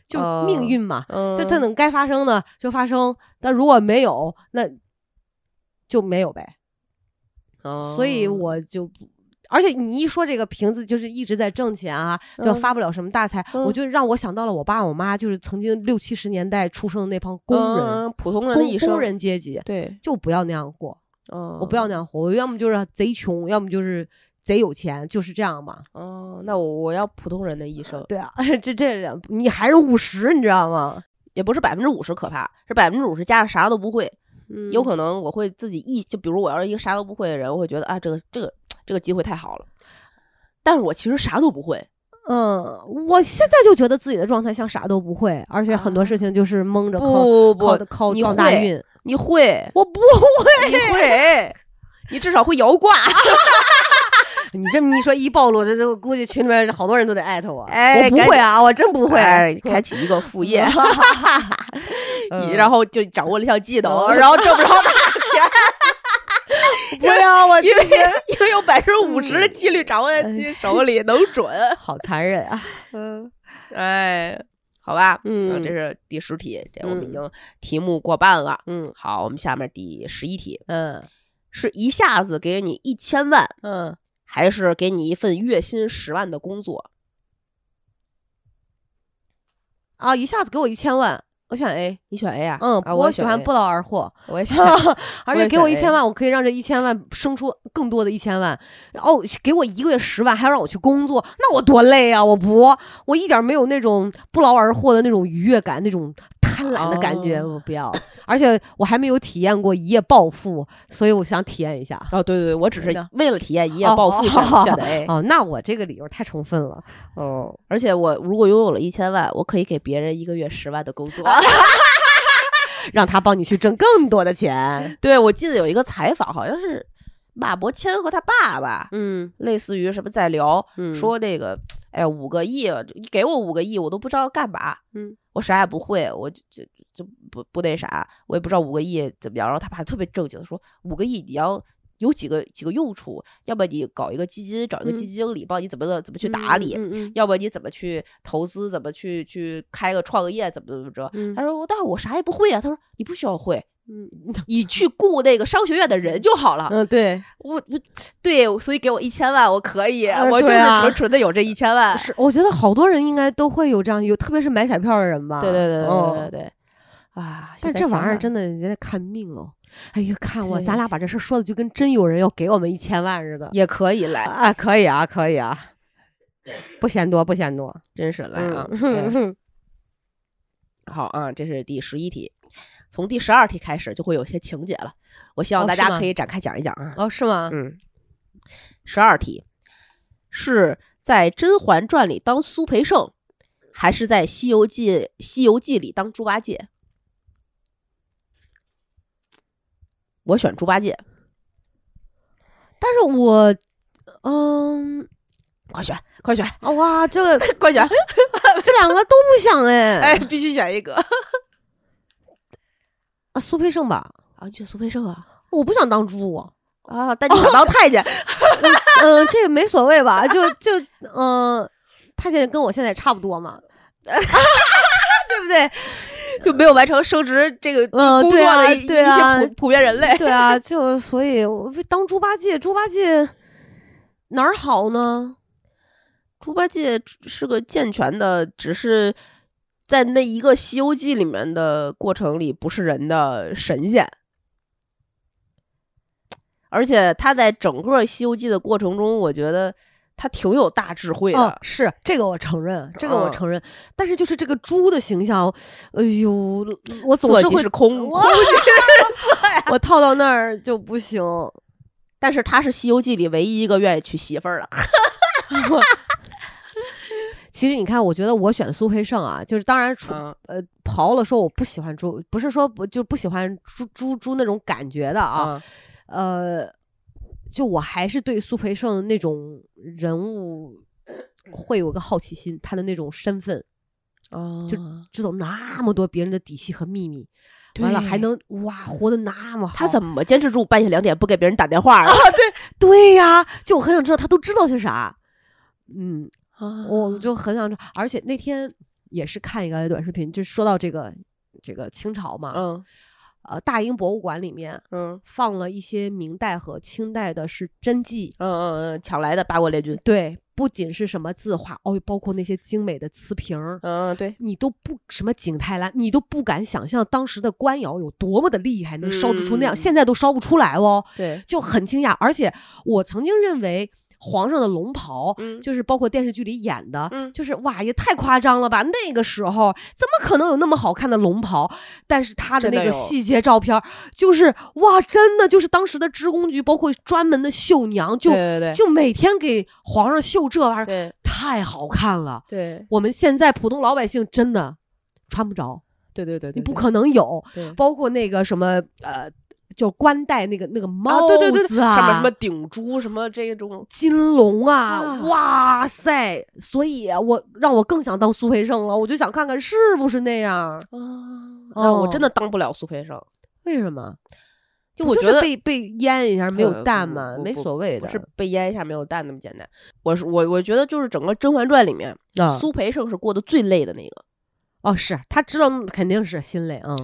Speaker 2: 就
Speaker 1: 哦
Speaker 2: 命运嘛，
Speaker 1: 嗯，
Speaker 2: 就这能该发生的就发生，但如果没有，那就没有呗。
Speaker 1: 哦，
Speaker 2: 所以我就不，而且你一说这个瓶子就是一直在挣钱啊，就
Speaker 1: 嗯
Speaker 2: 发不了什么大财，
Speaker 1: 嗯
Speaker 2: 我就让我想到了我爸我妈，就是曾经六七十年代出生的那帮工人，
Speaker 1: 嗯普通人的
Speaker 2: 工
Speaker 1: 一生，
Speaker 2: 工人阶级，
Speaker 1: 对，
Speaker 2: 就不要那样过，
Speaker 1: 嗯，
Speaker 2: 我不要那样活，我要么就是贼穷，要么就是贼有钱，就是这样嘛。
Speaker 1: 哦，那我我要普通人的一生，
Speaker 2: 对啊，这这两你还是务实，你知道吗？
Speaker 1: 也不是百分之五十可怕，是百分之五十加上啥都不会，
Speaker 2: 嗯
Speaker 1: 有可能我会自己意，就比如我要是一个啥都不会的人，我会觉得啊，这个这个这个机会太好了，但是我其实啥都不会。
Speaker 2: 嗯，我现在就觉得自己的状态像啥都不会，而且很多事情就是蒙着靠、
Speaker 1: 啊不
Speaker 2: 靠
Speaker 1: 不不，
Speaker 2: 靠
Speaker 1: 你
Speaker 2: 撞大
Speaker 1: 会
Speaker 2: 运。
Speaker 1: 你会，
Speaker 2: 我不
Speaker 1: 你会，你至少会摇 挂。
Speaker 2: 会，你这么一说一暴露，这这估计群里面好多人都得艾特我。
Speaker 1: 哎
Speaker 2: 我不
Speaker 1: 赶
Speaker 2: 会啊，我真不会。
Speaker 1: 哎开启一个副 业，
Speaker 2: 嗯
Speaker 1: 你然后就掌握了一项技能，
Speaker 2: 嗯
Speaker 1: 然后挣 不着大钱，
Speaker 2: 不要啊我，
Speaker 1: 因为嗯哎因为有百分之五十的几率掌握在自己手里，能准。
Speaker 2: 好残忍啊。嗯
Speaker 1: 哎，好吧，
Speaker 2: 嗯
Speaker 1: 这是第十题，这
Speaker 2: 嗯
Speaker 1: 我们已经题目过半了。
Speaker 2: 嗯
Speaker 1: 好，我们下面第十一题
Speaker 2: 嗯
Speaker 1: 是一下子给你一千万，
Speaker 2: 嗯，
Speaker 1: 还是给你一份月薪十万的工作？
Speaker 2: 啊，一下子给我一千万，我选 A。
Speaker 1: 你选 A 啊？
Speaker 2: 嗯，
Speaker 1: 啊，
Speaker 2: 我
Speaker 1: 我
Speaker 2: 喜欢不
Speaker 1: 不，
Speaker 2: 劳而获。
Speaker 1: 我也 选 A。我
Speaker 2: 而且
Speaker 1: 也哎
Speaker 2: 给
Speaker 1: 选
Speaker 2: 我一
Speaker 1: A
Speaker 2: 千万，我可以让这一千万生出更多的一千万。然后给我一个月十万，还要让我去工作，那我多累啊！我不，我一点没有那种不劳而获的那种愉悦感，那种贪婪的感觉，
Speaker 1: 哦
Speaker 2: 我不要。而且我还没有体验过一夜暴富，所以我想体验一下。
Speaker 1: 哦，对对对，我只是
Speaker 2: 真的
Speaker 1: 为了体验一夜
Speaker 2: 哦
Speaker 1: 暴富选
Speaker 2: 哦
Speaker 1: 选的 A。
Speaker 2: 哦，那我这个理由太充分了。哦，
Speaker 1: 而且我如果拥有了一千万，我可以给别人一个月十万的工作。
Speaker 2: 让他帮你去挣更多的钱。
Speaker 1: 对，我记得有一个采访，好像是马伯骞和他爸爸，
Speaker 2: 嗯
Speaker 1: 类似于什么在聊，
Speaker 2: 嗯
Speaker 1: 说那个，哎呀，五个亿，你给我五个亿，我都不知道干嘛，
Speaker 2: 嗯，
Speaker 1: 我啥也不会，我就就就不不那啥，我也不知道五个亿怎么样。然后他爸特别正经的说，五个亿你要有几个几个用处，要么你搞一个基金，找一个基
Speaker 2: 嗯
Speaker 1: 金经理帮你怎么怎么去打理，
Speaker 2: 嗯嗯
Speaker 1: 要么你怎么去投资，怎么去去开个创业，怎么怎么着。
Speaker 2: 嗯
Speaker 1: 他说：“但我啥也不会啊。”他说：“你不需要会，
Speaker 2: 嗯
Speaker 1: 你去雇那个商学院的人就好了。
Speaker 2: 嗯，对，
Speaker 1: 我我对，所以给我一千万，我可以，
Speaker 2: 呃
Speaker 1: 我就
Speaker 2: 对
Speaker 1: 是
Speaker 2: 啊
Speaker 1: 纯纯的有这一千万。
Speaker 2: 是，我觉得好多人应该都会有这样，有特别是买彩票的人吧。
Speaker 1: 啊对对对对
Speaker 2: 嗯
Speaker 1: 对对对，啊！现
Speaker 2: 但
Speaker 1: 在
Speaker 2: 这玩
Speaker 1: 想
Speaker 2: 意儿
Speaker 1: 想
Speaker 2: 真的也得看命哦。哎呀，看我，咱
Speaker 1: 对
Speaker 2: 俩把这事儿说的就跟真有人要给我们一千万似的。
Speaker 1: 也可以来，
Speaker 2: 啊，可以啊，可以啊，不嫌多，不嫌多。
Speaker 1: 真是来啊！
Speaker 2: 嗯
Speaker 1: 好啊，这是第十一题，从第十二题开始就会有些情节了，我希望
Speaker 2: 哦
Speaker 1: 大
Speaker 2: 是吗
Speaker 1: 家可以展开讲一讲啊。
Speaker 2: 哦，是吗？
Speaker 1: 嗯，十二题是在《甄嬛传》里当苏培盛，还是在西游记《西游记》里当猪八戒？我选猪八戒，
Speaker 2: 但是我，嗯，
Speaker 1: 快选，快选，
Speaker 2: 啊哇，这个
Speaker 1: 快 选！
Speaker 2: 这两个都不想哎。
Speaker 1: 哎，必须选一个
Speaker 2: 啊，苏培盛吧，
Speaker 1: 啊！你选苏培盛啊？
Speaker 2: 我不想当猪、
Speaker 1: 啊，但你想当太监？
Speaker 2: 嗯、这个没所谓吧？就就嗯、他现在跟我现在差不多嘛，对不对？
Speaker 1: 就没有完成升职这个
Speaker 2: 嗯、
Speaker 1: 工作
Speaker 2: 对啊
Speaker 1: 的一，
Speaker 2: 对啊
Speaker 1: 一，些普普遍人类。
Speaker 2: 对啊，就所以我当猪八戒，猪八戒哪儿好呢？
Speaker 1: 猪八戒是个健全的，只是在那一个《西游记》里面的过程里不是人的神仙，而且他在整个《西游记》的过程中，我觉得他挺有大智慧的。
Speaker 2: 哦，是这个我承认，
Speaker 1: 嗯
Speaker 2: 这个我承认，但是就是这个猪的形象，哎呦，我总
Speaker 1: 色
Speaker 2: 是
Speaker 1: 即
Speaker 2: 会
Speaker 1: 是空，
Speaker 2: 我
Speaker 1: 空即是色呀。
Speaker 2: 我套到那儿就不行。
Speaker 1: 但是他是《西游记》里唯一一个愿意娶媳妇儿的。
Speaker 2: 其实你看，我觉得我选苏培盛啊，就是当然除、
Speaker 1: 嗯
Speaker 2: 呃刨了说我不喜欢猪，不是说不就不喜欢猪猪猪那种感觉的啊，
Speaker 1: 啊，
Speaker 2: 呃，就我还是对苏培盛那种人物会有个好奇心，他的那种身份，
Speaker 1: 哦
Speaker 2: 就知道那么多别人的底细和秘密，完了还
Speaker 1: 对
Speaker 2: 能哇活得那么好，
Speaker 1: 他怎么坚持住半夜两点不给别人打电话啊？
Speaker 2: 对呀、就我很想知道他都知道些啥，嗯，我
Speaker 1: 我
Speaker 2: 就很想知道，而且那天也是看一个短视频，就说到这个这个清朝嘛，
Speaker 1: 嗯
Speaker 2: 呃，大英博物馆里面
Speaker 1: 嗯
Speaker 2: 放了一些明代和清代的是真迹，
Speaker 1: 嗯嗯嗯，抢来的八国联军。
Speaker 2: 对，不仅是什么字画，哦，包括那些精美的瓷瓶儿，
Speaker 1: 嗯，对，
Speaker 2: 你都不什么景泰蓝，你都不敢想象当时的官窑有多么的厉害，能烧制出那样，
Speaker 1: 嗯
Speaker 2: 现在都烧不出来哦，
Speaker 1: 对，
Speaker 2: 就很惊讶。而且我曾经认为皇上的龙袍，
Speaker 1: 嗯
Speaker 2: 就是包括电视剧里演的，
Speaker 1: 嗯
Speaker 2: 就是哇，也太夸张了吧！那个时候怎么可能有那么好看的龙袍？但是他的
Speaker 1: 真的
Speaker 2: 那个
Speaker 1: 有
Speaker 2: 细节照片儿，就是哇，真的就是当时的职工局，包括专门的绣娘，就
Speaker 1: 对对对
Speaker 2: 就每天给皇上绣这玩意儿，
Speaker 1: 对
Speaker 2: 太好看了。
Speaker 1: 对
Speaker 2: 我们现在普通老百姓真的穿不着，
Speaker 1: 对对对，
Speaker 2: 你不可能有，
Speaker 1: 对
Speaker 2: 包括那个什么呃，就官戴那个那个帽子
Speaker 1: 对对对对
Speaker 2: 啊
Speaker 1: 上面什么顶珠什么这种，
Speaker 2: 金龙啊，
Speaker 1: 啊
Speaker 2: 哇塞！所以我让我更想当苏培盛了，我就想看看是不是那样。
Speaker 1: 啊，那我
Speaker 2: 哦
Speaker 1: 真的当不了苏培盛，
Speaker 2: 为什么？
Speaker 1: 就
Speaker 2: 不
Speaker 1: 我
Speaker 2: 就是
Speaker 1: 觉得
Speaker 2: 被被淹一下没有
Speaker 1: 呃
Speaker 2: 蛋
Speaker 1: 不
Speaker 2: 嘛，
Speaker 1: 不
Speaker 2: 没
Speaker 1: 不
Speaker 2: 所谓
Speaker 1: 不
Speaker 2: 的。
Speaker 1: 是被淹一下没有蛋那么简单。我是我我觉得就是整个《甄嬛传》里面，
Speaker 2: 啊
Speaker 1: 苏培盛是过得最累的那个，
Speaker 2: 哦，是他知道肯定是心累啊。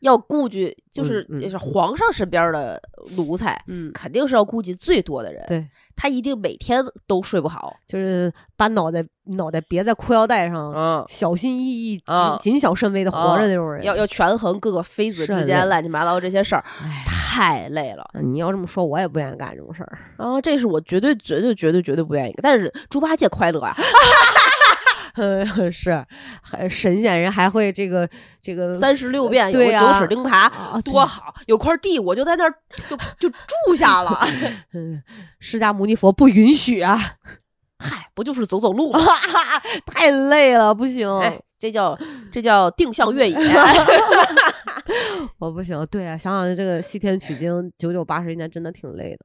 Speaker 1: 要顾及就是
Speaker 2: 嗯嗯
Speaker 1: 也是皇上身边的奴才，
Speaker 2: 嗯，
Speaker 1: 肯定是要顾及最多的人。
Speaker 2: 对，
Speaker 1: 他一定每天都睡不好。
Speaker 2: 就是把脑袋脑袋别在裤腰带上，
Speaker 1: 嗯，
Speaker 2: 小心翼翼、
Speaker 1: 啊
Speaker 2: 谨谨小慎微的活着
Speaker 1: 啊
Speaker 2: 那种人。
Speaker 1: 要要权衡各个妃子
Speaker 2: 是很
Speaker 1: 之
Speaker 2: 累
Speaker 1: 间乱七八糟这些事儿，
Speaker 2: 哎
Speaker 1: 太累了。
Speaker 2: 嗯你要这么说，我也不愿意干这种事儿。
Speaker 1: 然后这是我绝对绝对绝对绝对不愿意干。但是猪八戒快乐啊，
Speaker 2: 是，还神仙人还会这个这个
Speaker 1: 三十六变有
Speaker 2: 嗯对
Speaker 1: 个九
Speaker 2: 啊
Speaker 1: 齿钉耙，
Speaker 2: 啊，
Speaker 1: 多好！有块地我就在那儿就就住下 了。
Speaker 2: 对！嗯，释迦牟尼佛不允许啊，
Speaker 1: 嗨，不就是走走路吗？
Speaker 2: 太累了，不行，
Speaker 1: 哎，这叫这叫定向越 野。
Speaker 2: 我不行。对啊，想想这个西天取经九九八十一难，真的挺累的。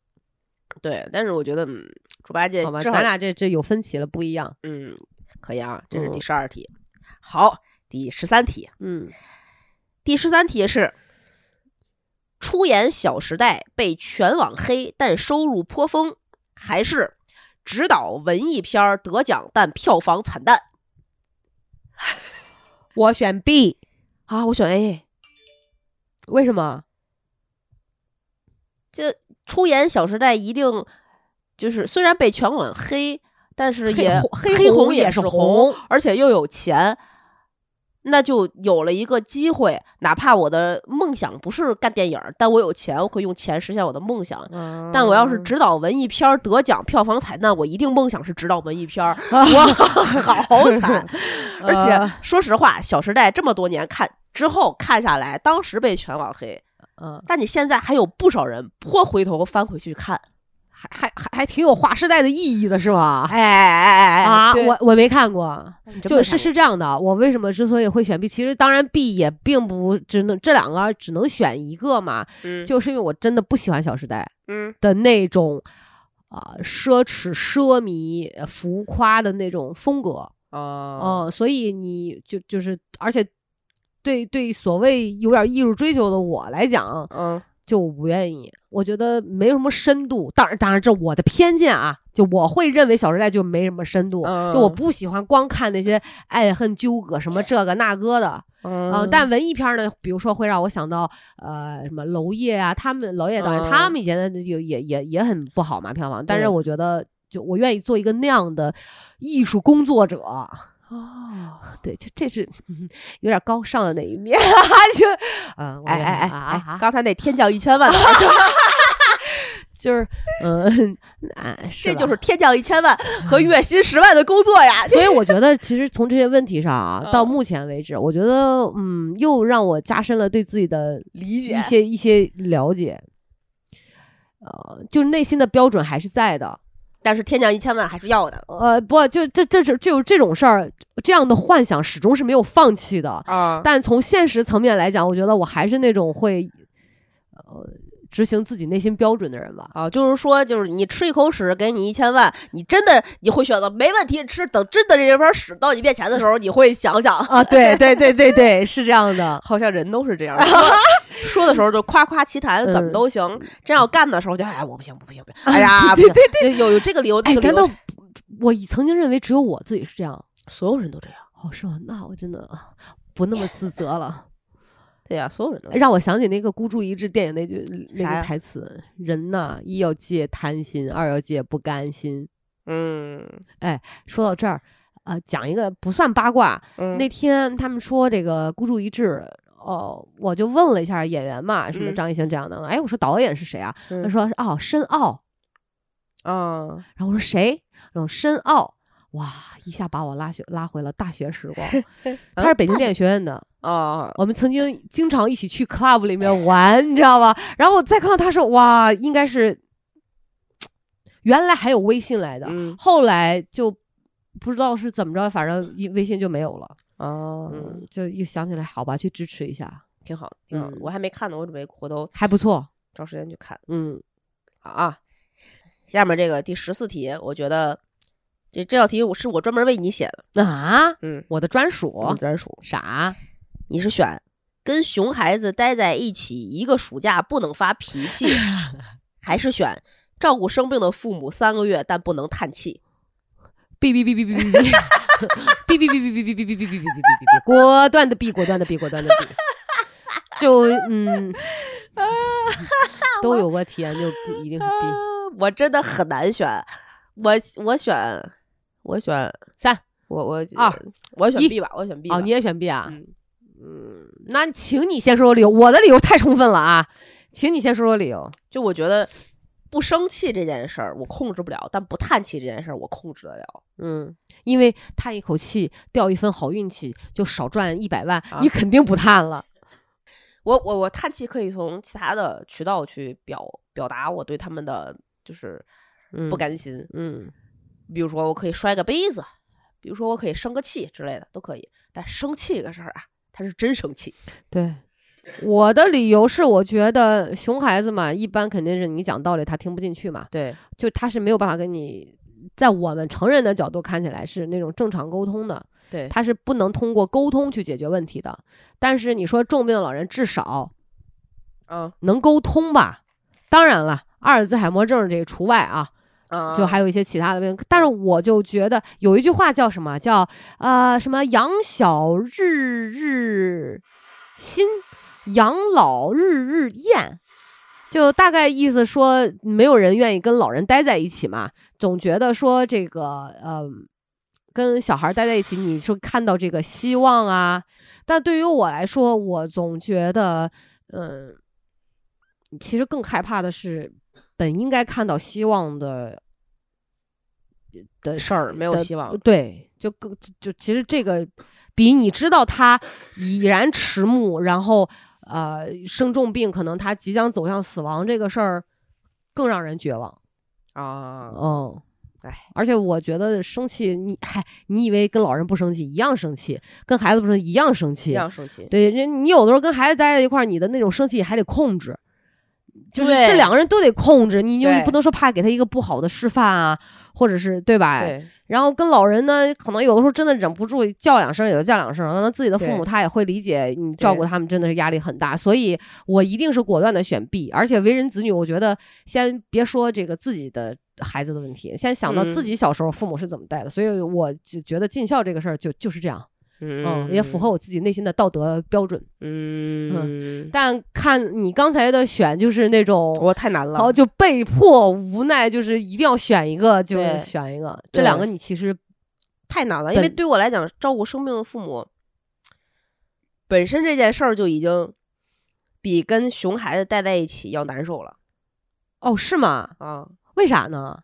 Speaker 1: 对，但是我觉得，嗯，猪八戒
Speaker 2: 好吧，
Speaker 1: 正好
Speaker 2: 咱俩这这有分歧了，不一样。
Speaker 1: 嗯，可以啊，这是
Speaker 2: 嗯
Speaker 1: 第十二题。好，第十三题，
Speaker 2: 嗯，
Speaker 1: 第十三题是出演《小时代》被全网黑，但收入颇丰，还是指导文艺片儿得奖但票房惨淡
Speaker 2: 我选 B，
Speaker 1: 啊？我选 A。
Speaker 2: 为什么？
Speaker 1: 出演《小时代》一定就是虽然被全网黑，但是也
Speaker 2: 黑
Speaker 1: 黑
Speaker 2: 红
Speaker 1: 也
Speaker 2: 是
Speaker 1: 是红，，而且又有钱，那就有了一个机会。哪怕我的梦想不是干电影儿，但我有钱，我可以用钱实现我的梦想。但我要
Speaker 2: 嗯
Speaker 1: 是指导文艺片儿得奖票房惨淡，我一定梦想是指导文艺片 儿。我好惨，
Speaker 2: 嗯
Speaker 1: 而
Speaker 2: 呃
Speaker 1: 且说实话，《小时代》这么多年看之后看下来，当时被全网黑，
Speaker 2: 嗯，
Speaker 1: 但你现在还有不少人颇回头翻回去看。
Speaker 2: 还还还还挺有划时代的意义的，是吧？
Speaker 1: 哎哎哎
Speaker 2: 啊，
Speaker 1: 对
Speaker 2: 我我没看过，
Speaker 1: 你真
Speaker 2: 就
Speaker 1: 没
Speaker 2: 是
Speaker 1: 看
Speaker 2: 是这样的，我为什么之所以会选 B，其实当然 B 也并不只能这两个只能选一个嘛，
Speaker 1: 过嗯
Speaker 2: 就是因为我真的不喜欢《小时代
Speaker 1: 嗯》
Speaker 2: 的那种啊、奢侈、奢靡、呃浮夸的那种风格，
Speaker 1: 哦
Speaker 2: 嗯、所以你就就是，而且对对所谓有点艺术追求的我来讲，
Speaker 1: 嗯
Speaker 2: 就我不愿意，我觉得没什么深度。当然，当然这我的偏见啊，就我会认为《小时代》就没什么深度，
Speaker 1: 嗯
Speaker 2: 就我不喜欢光看那些爱恨纠葛什么这个那个的啊、
Speaker 1: 嗯
Speaker 2: 呃但文艺片呢，比如说会让我想到呃什么娄烨啊，他们娄烨导演、
Speaker 1: 嗯
Speaker 2: 他们以前的就也也也很不好嘛票房，但是
Speaker 1: 对
Speaker 2: 我觉得就我愿意做一个那样的艺术工作者。
Speaker 1: 哦，
Speaker 2: 对，就这是、 嗯有点高尚的那一面， 就嗯，我
Speaker 1: 哎
Speaker 2: 觉得
Speaker 1: 哎哎
Speaker 2: 啊啊啊
Speaker 1: 哎，刚才那天降一千万的玩笑，
Speaker 2: 就是，嗯，那是
Speaker 1: 这
Speaker 2: 吧
Speaker 1: 就是天降一千万和月薪十万的工作呀。
Speaker 2: 所以我觉得，其实从这些问题上啊，
Speaker 1: 嗯
Speaker 2: 到目前为止，我觉得，嗯，又让我加深了对自己的
Speaker 1: 理
Speaker 2: 一些一些了解。呃，就是内心的标准还是在的。
Speaker 1: 但是天降一千万还是要的
Speaker 2: 呃，不，就这这这就是这种事儿，这样的幻想始终是没有放弃的。
Speaker 1: 啊。
Speaker 2: 但从现实层面来讲，我觉得我还是那种会，呃，执行自己内心标准的人吧。
Speaker 1: 啊，就是说，就是你吃一口屎给你一千万，你真的你会选择没问题吃。等真的这盘屎到你面前的时候，你会想 想，
Speaker 2: 啊，对对对对对，是这样的。
Speaker 1: 好像人都是这 样，说说的时候就夸夸其谈，怎么都行；真要干的时候就哎，我不行，不行，不行，哎呀，
Speaker 2: 对
Speaker 1: 对对，有有这个理由，那
Speaker 2: 哎，
Speaker 1: 个理
Speaker 2: 难
Speaker 1: 由
Speaker 2: 道，我以曾经认为只有我自己是这样？
Speaker 1: 所有人都这样？
Speaker 2: 哦，是吗？那我真的啊不那么自责了，哎
Speaker 1: 对呀，所有人都这样
Speaker 2: 让我想起那个《孤注一掷》电影那句那
Speaker 1: 啥
Speaker 2: 个
Speaker 1: 呀
Speaker 2: 台词：“人呐，一要戒贪心，二要戒不甘心。
Speaker 1: 嗯”
Speaker 2: 说到这儿，呃，讲一个不算八卦。
Speaker 1: 嗯，
Speaker 2: 那天他们说这个《孤注一掷》，哦，我就问了一下演员嘛，什么
Speaker 1: 嗯
Speaker 2: 张艺兴这样的。哎，我说导演是谁啊？他
Speaker 1: 嗯
Speaker 2: 说哦，申奥。
Speaker 1: 嗯，
Speaker 2: 然后我说谁？然后申奥，哇，一下把我拉学拉回了大学 时光。
Speaker 1: 嗯
Speaker 2: 他是北京电影学院的，
Speaker 1: 哦，
Speaker 2: 我们曾经经常一起去 club 里面玩，你知道吧？然后我再看到他说，哇，应该是原来还有微信来的，
Speaker 1: 嗯，
Speaker 2: 后来就不知道是怎么着，反正一微信就没有了。
Speaker 1: 哦，
Speaker 2: 嗯，就又想起来，好吧，去支持一下，
Speaker 1: 挺好的，挺好的。
Speaker 2: 嗯
Speaker 1: 我还没看呢，我准备回头
Speaker 2: 还不错。
Speaker 1: 找时间去看。
Speaker 2: 嗯，
Speaker 1: 好啊，下面这个第十四题，我觉得这这道题我是我专门为你写的，
Speaker 2: 啊，
Speaker 1: 嗯，
Speaker 2: 我的专属
Speaker 1: 你专属，
Speaker 2: 啥？
Speaker 1: 你是选跟熊孩子待在一起一个暑假不能发脾 气，还是选照顾生病的父母三个月但不能叹气？
Speaker 2: 哔哔哔哔哔哔哔哔哔哔哔哔哔哔哔哔哔哔哔哔哔，果断的哔，果断的哔，果断的哔。就嗯，都有过体验，就一定是哔
Speaker 1: 我真的很难选，我我选我选
Speaker 2: 三
Speaker 1: 我我
Speaker 2: 二
Speaker 1: 我选
Speaker 2: 一
Speaker 1: B 吧，我选 B 吧。
Speaker 2: 哦，你也选 B 啊？
Speaker 1: 嗯
Speaker 2: 那请你先说说理由，我的理由太充分了啊，请你先说说理由。
Speaker 1: 就我觉得不生气这件事儿我控制不了，但不叹气这件事儿我控制得了。
Speaker 2: 嗯，因为叹一口气，掉一分好运气，就少赚一百万，
Speaker 1: 啊
Speaker 2: 你肯定不叹了。
Speaker 1: 我我我叹气可以从其他的渠道去表表达我对他们的就是
Speaker 2: 嗯
Speaker 1: 不，甘心，
Speaker 2: 嗯
Speaker 1: 比如说我可以摔个杯子，比如说我可以生个气之类的都可以。但生气这个事儿啊，他是真生气。
Speaker 2: 对。我的理由是，我觉得熊孩子嘛，一般肯定是你讲道理他听不进去嘛，
Speaker 1: 对，
Speaker 2: 就他是没有办法跟你，在我们成人的角度看起来是那种正常沟通的，
Speaker 1: 对
Speaker 2: 他是不能通过沟通去解决问题的。但是你说重病的老人至少
Speaker 1: 嗯
Speaker 2: 能沟通吧？当然了，阿尔兹海默症这个除外啊，
Speaker 1: 嗯，
Speaker 2: 就还有一些其他的病。但是我就觉得有一句话叫什么？叫呃什么“养小日日新，养老日日厌”，就大概意思说，没有人愿意跟老人待在一起嘛，总觉得说这个呃。跟小孩待在一起，你是看到这个希望啊，但对于我来说，我总觉得，嗯，其实更害怕的是，本应该看到希望的的
Speaker 1: 事儿没有
Speaker 2: 的
Speaker 1: 希望
Speaker 2: 呃对，就更就就其实这个比你知道他已然迟暮，然后呃生重病，可能他即将走向死亡这个事儿更让人绝望。
Speaker 1: 啊，
Speaker 2: 嗯，
Speaker 1: 哎，
Speaker 2: 而且我觉得生气，你嗨，你以为跟老人不生气一样生气，跟孩子不生气一样生
Speaker 1: 一
Speaker 2: 气，
Speaker 1: 样生气。
Speaker 2: 对，人你有的时候跟孩子待在一块儿，你的那种生气还得控制，就是
Speaker 1: 对
Speaker 2: 这两个人都得控制，你就
Speaker 1: 对
Speaker 2: 不能说怕给他一个不好的示范啊，或者是对吧？
Speaker 1: 对
Speaker 2: 然后跟老人呢，可能有的时候真的忍不住叫两声，也就叫两声。可能自己的父母他也会理解，你照顾他们真的是压力很大，所以我一定是果断的选 B。而且为人子女，我觉得先别说这个自己的孩子的问题，先想到
Speaker 1: 嗯
Speaker 2: 自己小时候父母是怎么带的，所以我就觉得尽孝这个事儿就就是这样，嗯，也符合我自己内心的道德标准。
Speaker 1: 嗯，
Speaker 2: 但看你刚才的选，就是那种
Speaker 1: 我太难
Speaker 2: 然后
Speaker 1: 了。
Speaker 2: 就被迫无奈，就是一定要选一个，就
Speaker 1: 对
Speaker 2: 选一个。
Speaker 1: 对
Speaker 2: 这两个你其实
Speaker 1: 太难了，因为
Speaker 2: 本
Speaker 1: 对我来讲，照顾生病的父母本身这件事儿就已经比跟熊孩子待在一起要难受了
Speaker 2: 哦是吗？
Speaker 1: 啊。
Speaker 2: 为啥呢？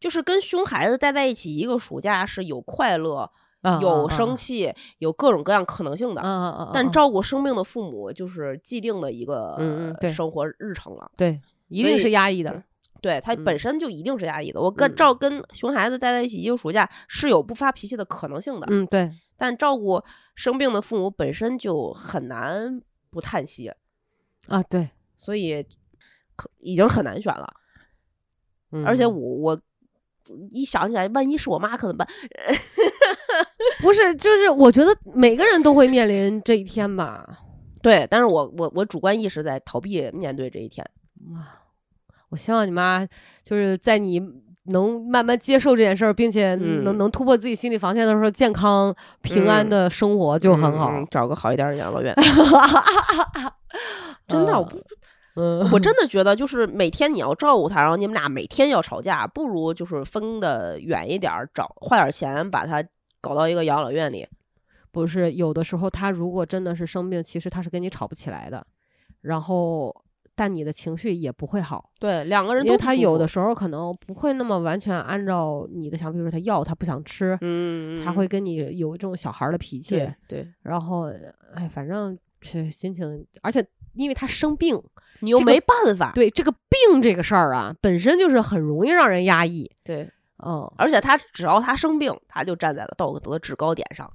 Speaker 1: 就是跟熊孩子待在一起一个暑假是有快乐、
Speaker 2: 啊
Speaker 1: 有生，气、有各种各样可能性的，
Speaker 2: 啊啊啊啊！
Speaker 1: 但照顾生病的父母就是既定的一个
Speaker 2: 嗯嗯对
Speaker 1: 生活日程了。
Speaker 2: 对，一
Speaker 1: 所
Speaker 2: 定
Speaker 1: 以
Speaker 2: 是压抑的
Speaker 1: 嗯。对他本
Speaker 2: 嗯
Speaker 1: 身就一定是压抑的。我跟
Speaker 2: 嗯
Speaker 1: 照跟熊孩子待在一起一个暑假是有不发脾气的可能性的，
Speaker 2: 嗯，对，
Speaker 1: 但照顾生病的父母本身就很难不叹息，
Speaker 2: 啊对，
Speaker 1: 所以可已经很难选了。
Speaker 2: 嗯
Speaker 1: 而且我我一想起来，万一是我妈可怎么办？
Speaker 2: 不是，就是我觉得每个人都会面临这一天吧。
Speaker 1: 对，但是我我我主观意识在逃避面对这一天。
Speaker 2: 啊，我希望你妈就是在你。能慢慢接受这件事儿，并且
Speaker 1: 嗯
Speaker 2: 能、能突破自己心理防线的时候，健康平安
Speaker 1: 嗯
Speaker 2: 的生活就很好。
Speaker 1: 嗯找个好一点儿的养老 院。真
Speaker 2: 真
Speaker 1: 的，我
Speaker 2: 的，我
Speaker 1: 不
Speaker 2: 不，嗯，
Speaker 1: 我真的觉得就是每天你要照顾他，然后你们俩每天要吵架，不如就是分的远一点儿，找花点儿钱把他搞到一个养老院里。
Speaker 2: 不是有的时候他如果真的是生病，其实他是跟你吵不起来的，然后但你的情绪也不会好，
Speaker 1: 对，两个人
Speaker 2: 因
Speaker 1: 都
Speaker 2: 为
Speaker 1: 不
Speaker 2: 他
Speaker 1: 舒
Speaker 2: 有
Speaker 1: 服
Speaker 2: 的，时候可能不会那么完全按照你的想法，比如说他药他不想吃，
Speaker 1: 嗯，
Speaker 2: 他会跟你有这种小孩儿的脾气
Speaker 1: 对，对，
Speaker 2: 然后哎，反正这心情，而且因为他生病，
Speaker 1: 你又
Speaker 2: 这个
Speaker 1: 没办法，
Speaker 2: 对这个病这个事儿啊，本身就是很容易让人压抑，
Speaker 1: 对，
Speaker 2: 嗯，
Speaker 1: 而且他只要他生病，他就站在了道德制高点上，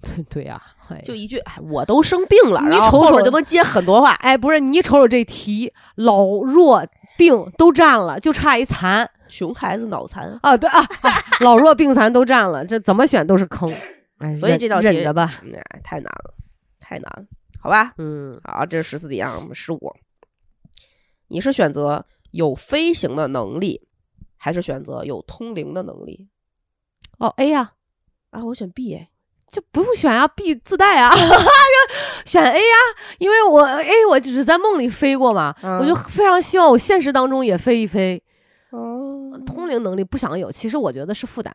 Speaker 2: 对对呀、哎呀
Speaker 1: 就一句，哎，我都生病了，
Speaker 2: 你
Speaker 1: 然后
Speaker 2: 瞅
Speaker 1: 后
Speaker 2: 瞅
Speaker 1: 面就能接很多话，
Speaker 2: 哎，不是你瞅瞅这题，老弱病都占了，就差一残
Speaker 1: 熊孩子脑残，
Speaker 2: 啊！对啊， 哎老弱病残都占了，这怎么选都 是坑。哎，
Speaker 1: 所以
Speaker 2: 忍
Speaker 1: 这道题
Speaker 2: 忍着 吧。
Speaker 1: 哎，太难了，太难了，好吧，
Speaker 2: 嗯，
Speaker 1: 好，这是十四题啊，我们十五，你是选择有飞行的能力，还是选择有通灵的能力？
Speaker 2: 哦
Speaker 1: 哎
Speaker 2: ，A 呀、
Speaker 1: 啊，我选 B 哎，
Speaker 2: 就不用选啊，B 自带啊，选 A 呀、因为我 A 我只是在梦里飞过嘛，我就
Speaker 1: 嗯
Speaker 2: 非常希望我现实当中也飞一飞。
Speaker 1: 哦
Speaker 2: 通灵能力不想有，其实我觉得是负担。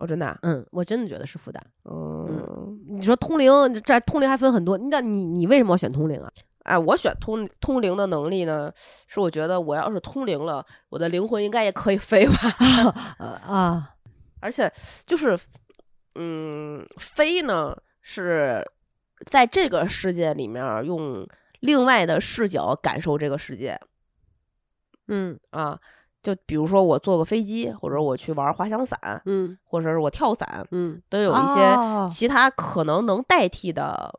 Speaker 1: 哦，真的啊，
Speaker 2: 嗯，我真的觉得是负担。
Speaker 1: 嗯，
Speaker 2: 你说通灵，这通灵还分很多，那你你为什么要选通灵啊？
Speaker 1: 哎，我选通通灵的能力呢，是我觉得我要是通灵了，我的灵魂应该也可以飞吧。
Speaker 2: 呃啊。
Speaker 1: 而且就是，嗯，飞呢是在这个世界里面儿用另外的视角感受这个世界
Speaker 2: 嗯
Speaker 1: 啊。就比如说我坐个飞机，或者我去玩滑翔伞，
Speaker 2: 嗯
Speaker 1: 或者是我跳伞，
Speaker 2: 嗯，
Speaker 1: 都有一些其他可能能代替的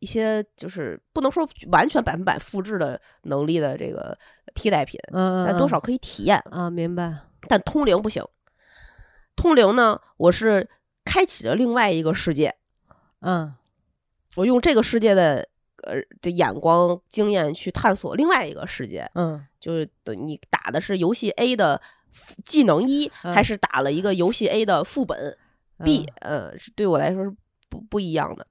Speaker 1: 一些，就是不能说完全百分百复制的能力的这个替代品，
Speaker 2: 嗯，
Speaker 1: 但多少可以体验。
Speaker 2: 啊？明白。
Speaker 1: 但通灵不行，通灵呢，我是开启了另外一个世界，
Speaker 2: 嗯
Speaker 1: 我用这个世界的呃的眼光经验去探索另外一个世界，
Speaker 2: 嗯
Speaker 1: 就是等你打的是游戏 A 的副技能一，
Speaker 2: 嗯
Speaker 1: 还是打了一个游戏 A 的副本 B？呃，是对我来说是不不一样的。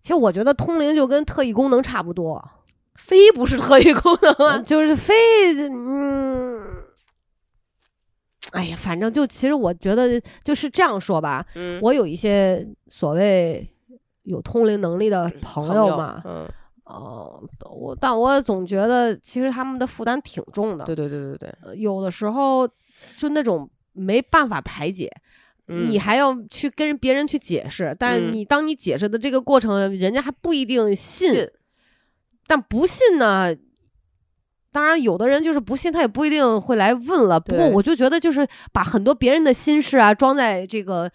Speaker 2: 其实我觉得通灵就跟特异功能差不多，
Speaker 1: 飞不是特异功能啊，
Speaker 2: 就是非嗯。哎呀，反正就其实我觉得就是这样说吧，
Speaker 1: 嗯
Speaker 2: 我有一些所谓有通灵能力的朋友嘛，
Speaker 1: 嗯，
Speaker 2: 哦、我但我总觉得其实他们的负担挺重的，
Speaker 1: 对对对对对，
Speaker 2: 呃有的时候就那种没办法排解，
Speaker 1: 嗯
Speaker 2: 你还要去跟别人去解释，但
Speaker 1: 嗯
Speaker 2: 你当你解释的这个过程，人家还不一定信，
Speaker 1: 信
Speaker 2: 但不信呢？当然，有的人就是不信，他也不一定会来问了。不过，
Speaker 1: 对
Speaker 2: 我就觉得就是把很多别人的心事啊装在这个，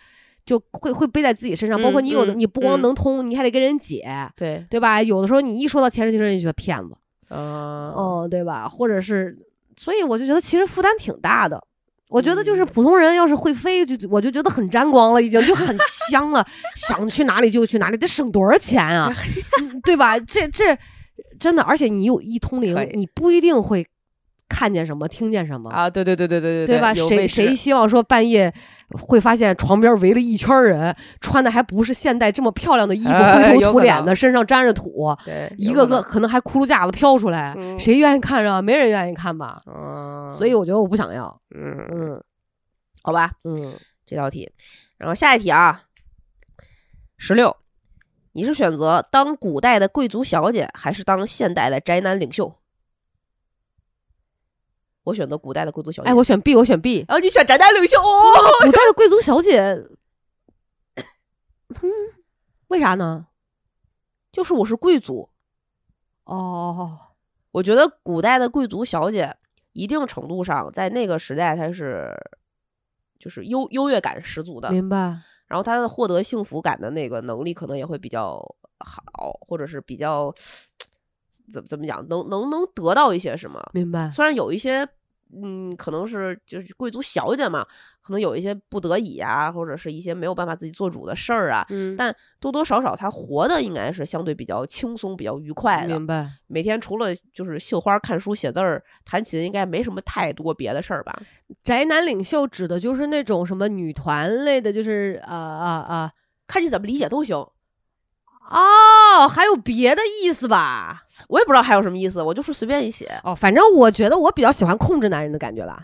Speaker 2: 就会会背在自己身上。包括
Speaker 1: 嗯
Speaker 2: 你有的，
Speaker 1: 嗯
Speaker 2: 你不光
Speaker 1: 嗯
Speaker 2: 能通，你还得跟人解，
Speaker 1: 对，
Speaker 2: 对吧？有的时候你一说到前世今生，你就觉得骗子，
Speaker 1: 嗯
Speaker 2: 嗯，对吧？或者是，所以我就觉得其实负担挺大的。我觉得就是
Speaker 1: 嗯
Speaker 2: 普通人要是会飞，就我就觉得很沾光了，已经就很香了， 想去哪里就去哪里，得省多少 钱啊，嗯对吧？这这真的，而且你有一通灵
Speaker 1: 可以，
Speaker 2: 你不一定会看见什么，听见什么，
Speaker 1: 啊，对对对对对
Speaker 2: 对吧？
Speaker 1: 有
Speaker 2: 谁
Speaker 1: 位置
Speaker 2: 谁希望说半夜会发现床边围了一圈人，穿的还不是现代这么漂亮的衣服，
Speaker 1: 哎
Speaker 2: 灰
Speaker 1: 有
Speaker 2: 头土
Speaker 1: 可
Speaker 2: 脸
Speaker 1: 能
Speaker 2: 的，身上沾着土，
Speaker 1: 对
Speaker 2: 一
Speaker 1: 有
Speaker 2: 个
Speaker 1: 可
Speaker 2: 个可能还窟窿架子飘出来，
Speaker 1: 嗯
Speaker 2: 谁愿意看上？没人愿意看吧？
Speaker 1: 能啊，
Speaker 2: 所以我觉得我不想要。
Speaker 1: 嗯，
Speaker 2: 哦嗯
Speaker 1: 好吧，
Speaker 2: 嗯
Speaker 1: 这道题，然后下一题啊，十六，你是选择当古代的贵族小姐，还是当现代的宅男领袖？我选择古代的贵族小姐。
Speaker 2: 哎，我选 B，我选 B。
Speaker 1: 然后你选宅男领袖哦，
Speaker 2: 古代的贵族小姐，嗯，为啥呢？
Speaker 1: 就是我是贵族，
Speaker 2: 哦，
Speaker 1: 我觉得古代的贵族小姐，一定程度上在那个时代她是，就是优优越感十足的，
Speaker 2: 明白。
Speaker 1: 然后她的获得幸福感的那个能力可能也会比较好，或者是比较怎么怎么讲，能能能得到一些什么。
Speaker 2: 明白，
Speaker 1: 虽然有一些，嗯，可能是就是贵族小姐嘛，可能有一些不得已啊，或者是一些没有办法自己做主的事儿啊，
Speaker 2: 嗯
Speaker 1: 但多多少少她活的应该是相对比较轻松、比较愉快的
Speaker 2: 明。白，
Speaker 1: 每天除了就是绣花、看书、写字儿、弹琴，应该没什么太多别的事儿吧？
Speaker 2: 宅男领袖指的就是那种什么女团类的，就是啊啊
Speaker 1: 看你怎么理解都行，
Speaker 2: 啊，哦，还有别的意思吧？
Speaker 1: 我也不知道还有什么意思，我就是随便一写
Speaker 2: 哦，反正我觉得我比较喜欢控制男人的感觉吧。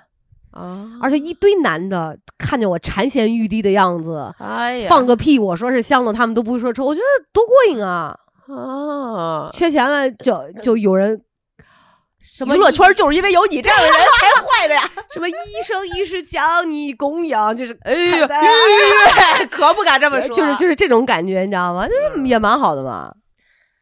Speaker 1: 啊
Speaker 2: 而且一堆男的看见我馋涎欲滴的样子，
Speaker 1: 哎呀，
Speaker 2: 放个屁，我说是香的，他们都不会说臭，我觉得多过瘾啊！
Speaker 1: 啊，
Speaker 2: 缺钱了就就有人嗯什么
Speaker 1: 娱乐圈就是因为有你这样的人才坏的呀！
Speaker 2: 什么医生医师强，你供养，就是
Speaker 1: 哎呀， 哎可不敢这么说，
Speaker 2: 就是就是这啊种感觉，你知道吗？就是也蛮好的嘛。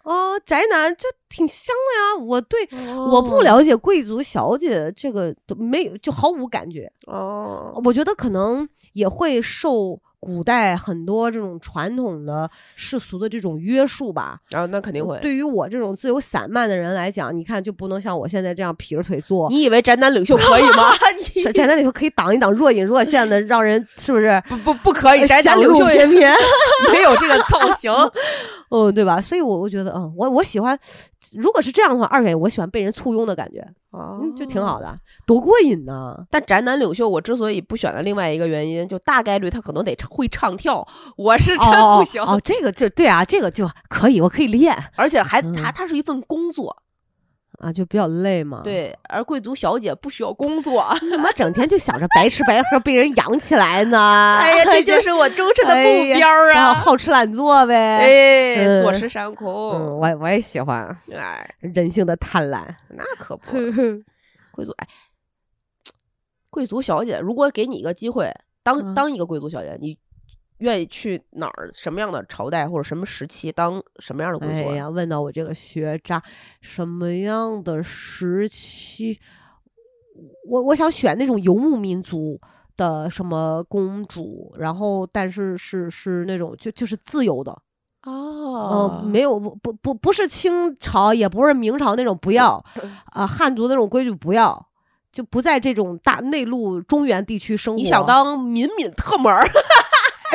Speaker 2: 哦，宅男就挺香的呀。我对、我不了解贵族小姐这个都没有，就毫无感觉。
Speaker 1: 哦，
Speaker 2: 我觉得可能也会受古代很多这种传统的世俗的这种约束吧。
Speaker 1: 然后哦那肯定会。
Speaker 2: 对于我这种自由散漫的人来讲，你看就不能像我现在这样劈着腿坐。
Speaker 1: 你以为宅男领袖可以 吗？你
Speaker 2: 宅宅男里头可以挡一挡若隐若现的，让人是 不是
Speaker 1: 不不不可以，哎宅男
Speaker 2: 呃想
Speaker 1: 领
Speaker 2: 入
Speaker 1: 袖也
Speaker 2: 偏偏？
Speaker 1: 没有这个造型。
Speaker 2: 嗯，对吧？所以我，我觉得，嗯，我我喜欢，如果是这样的话，二选一，我喜欢被人簇拥的感觉，嗯，就挺好
Speaker 1: 哦
Speaker 2: 的，多过 瘾呢。
Speaker 1: 但宅男领袖，我之所以不选的另外一个原因，就大概率他可能得会唱跳，我是真
Speaker 2: 哦
Speaker 1: 不行，
Speaker 2: 哦，哦这个就对啊，这个就可以，我可以练
Speaker 1: 而且还
Speaker 2: 嗯
Speaker 1: 他他是一份工作，
Speaker 2: 啊，就比较累嘛。，
Speaker 1: 对，而贵族小姐不需要工作。
Speaker 2: 怎么整天就想着白吃白喝被人养起来呢？
Speaker 1: 哎 呀，这
Speaker 2: 就
Speaker 1: 就是我终身的
Speaker 2: 哎
Speaker 1: 目
Speaker 2: 呀
Speaker 1: 标
Speaker 2: 然后
Speaker 1: 啊！
Speaker 2: 好吃懒做呗。
Speaker 1: 哎，
Speaker 2: 嗯
Speaker 1: 坐吃山
Speaker 2: 嗯，
Speaker 1: 空，
Speaker 2: 我也我也喜欢
Speaker 1: 哎，
Speaker 2: 人性的贪婪。
Speaker 1: 那可不，
Speaker 2: 嗯
Speaker 1: 贵族哎，贵族小姐，如果给你一个机会，当
Speaker 2: 嗯
Speaker 1: 当一个贵族小姐，你愿意去哪儿、什么样的朝代或者什么时期当什么样的贵
Speaker 2: 哎
Speaker 1: 族啊？
Speaker 2: 呀，问到我这个学渣，什么样的时期？我我想选那种游牧民族的什么公主，然后但是是是那种就就是自由的，
Speaker 1: 哦
Speaker 2: 嗯，没有不不不不是清朝，也不是明朝那种，不要啊、汉族那种规矩不要，就不在这种大内陆中原地区生活。
Speaker 1: 你想当敏敏特门儿？
Speaker 2: 哎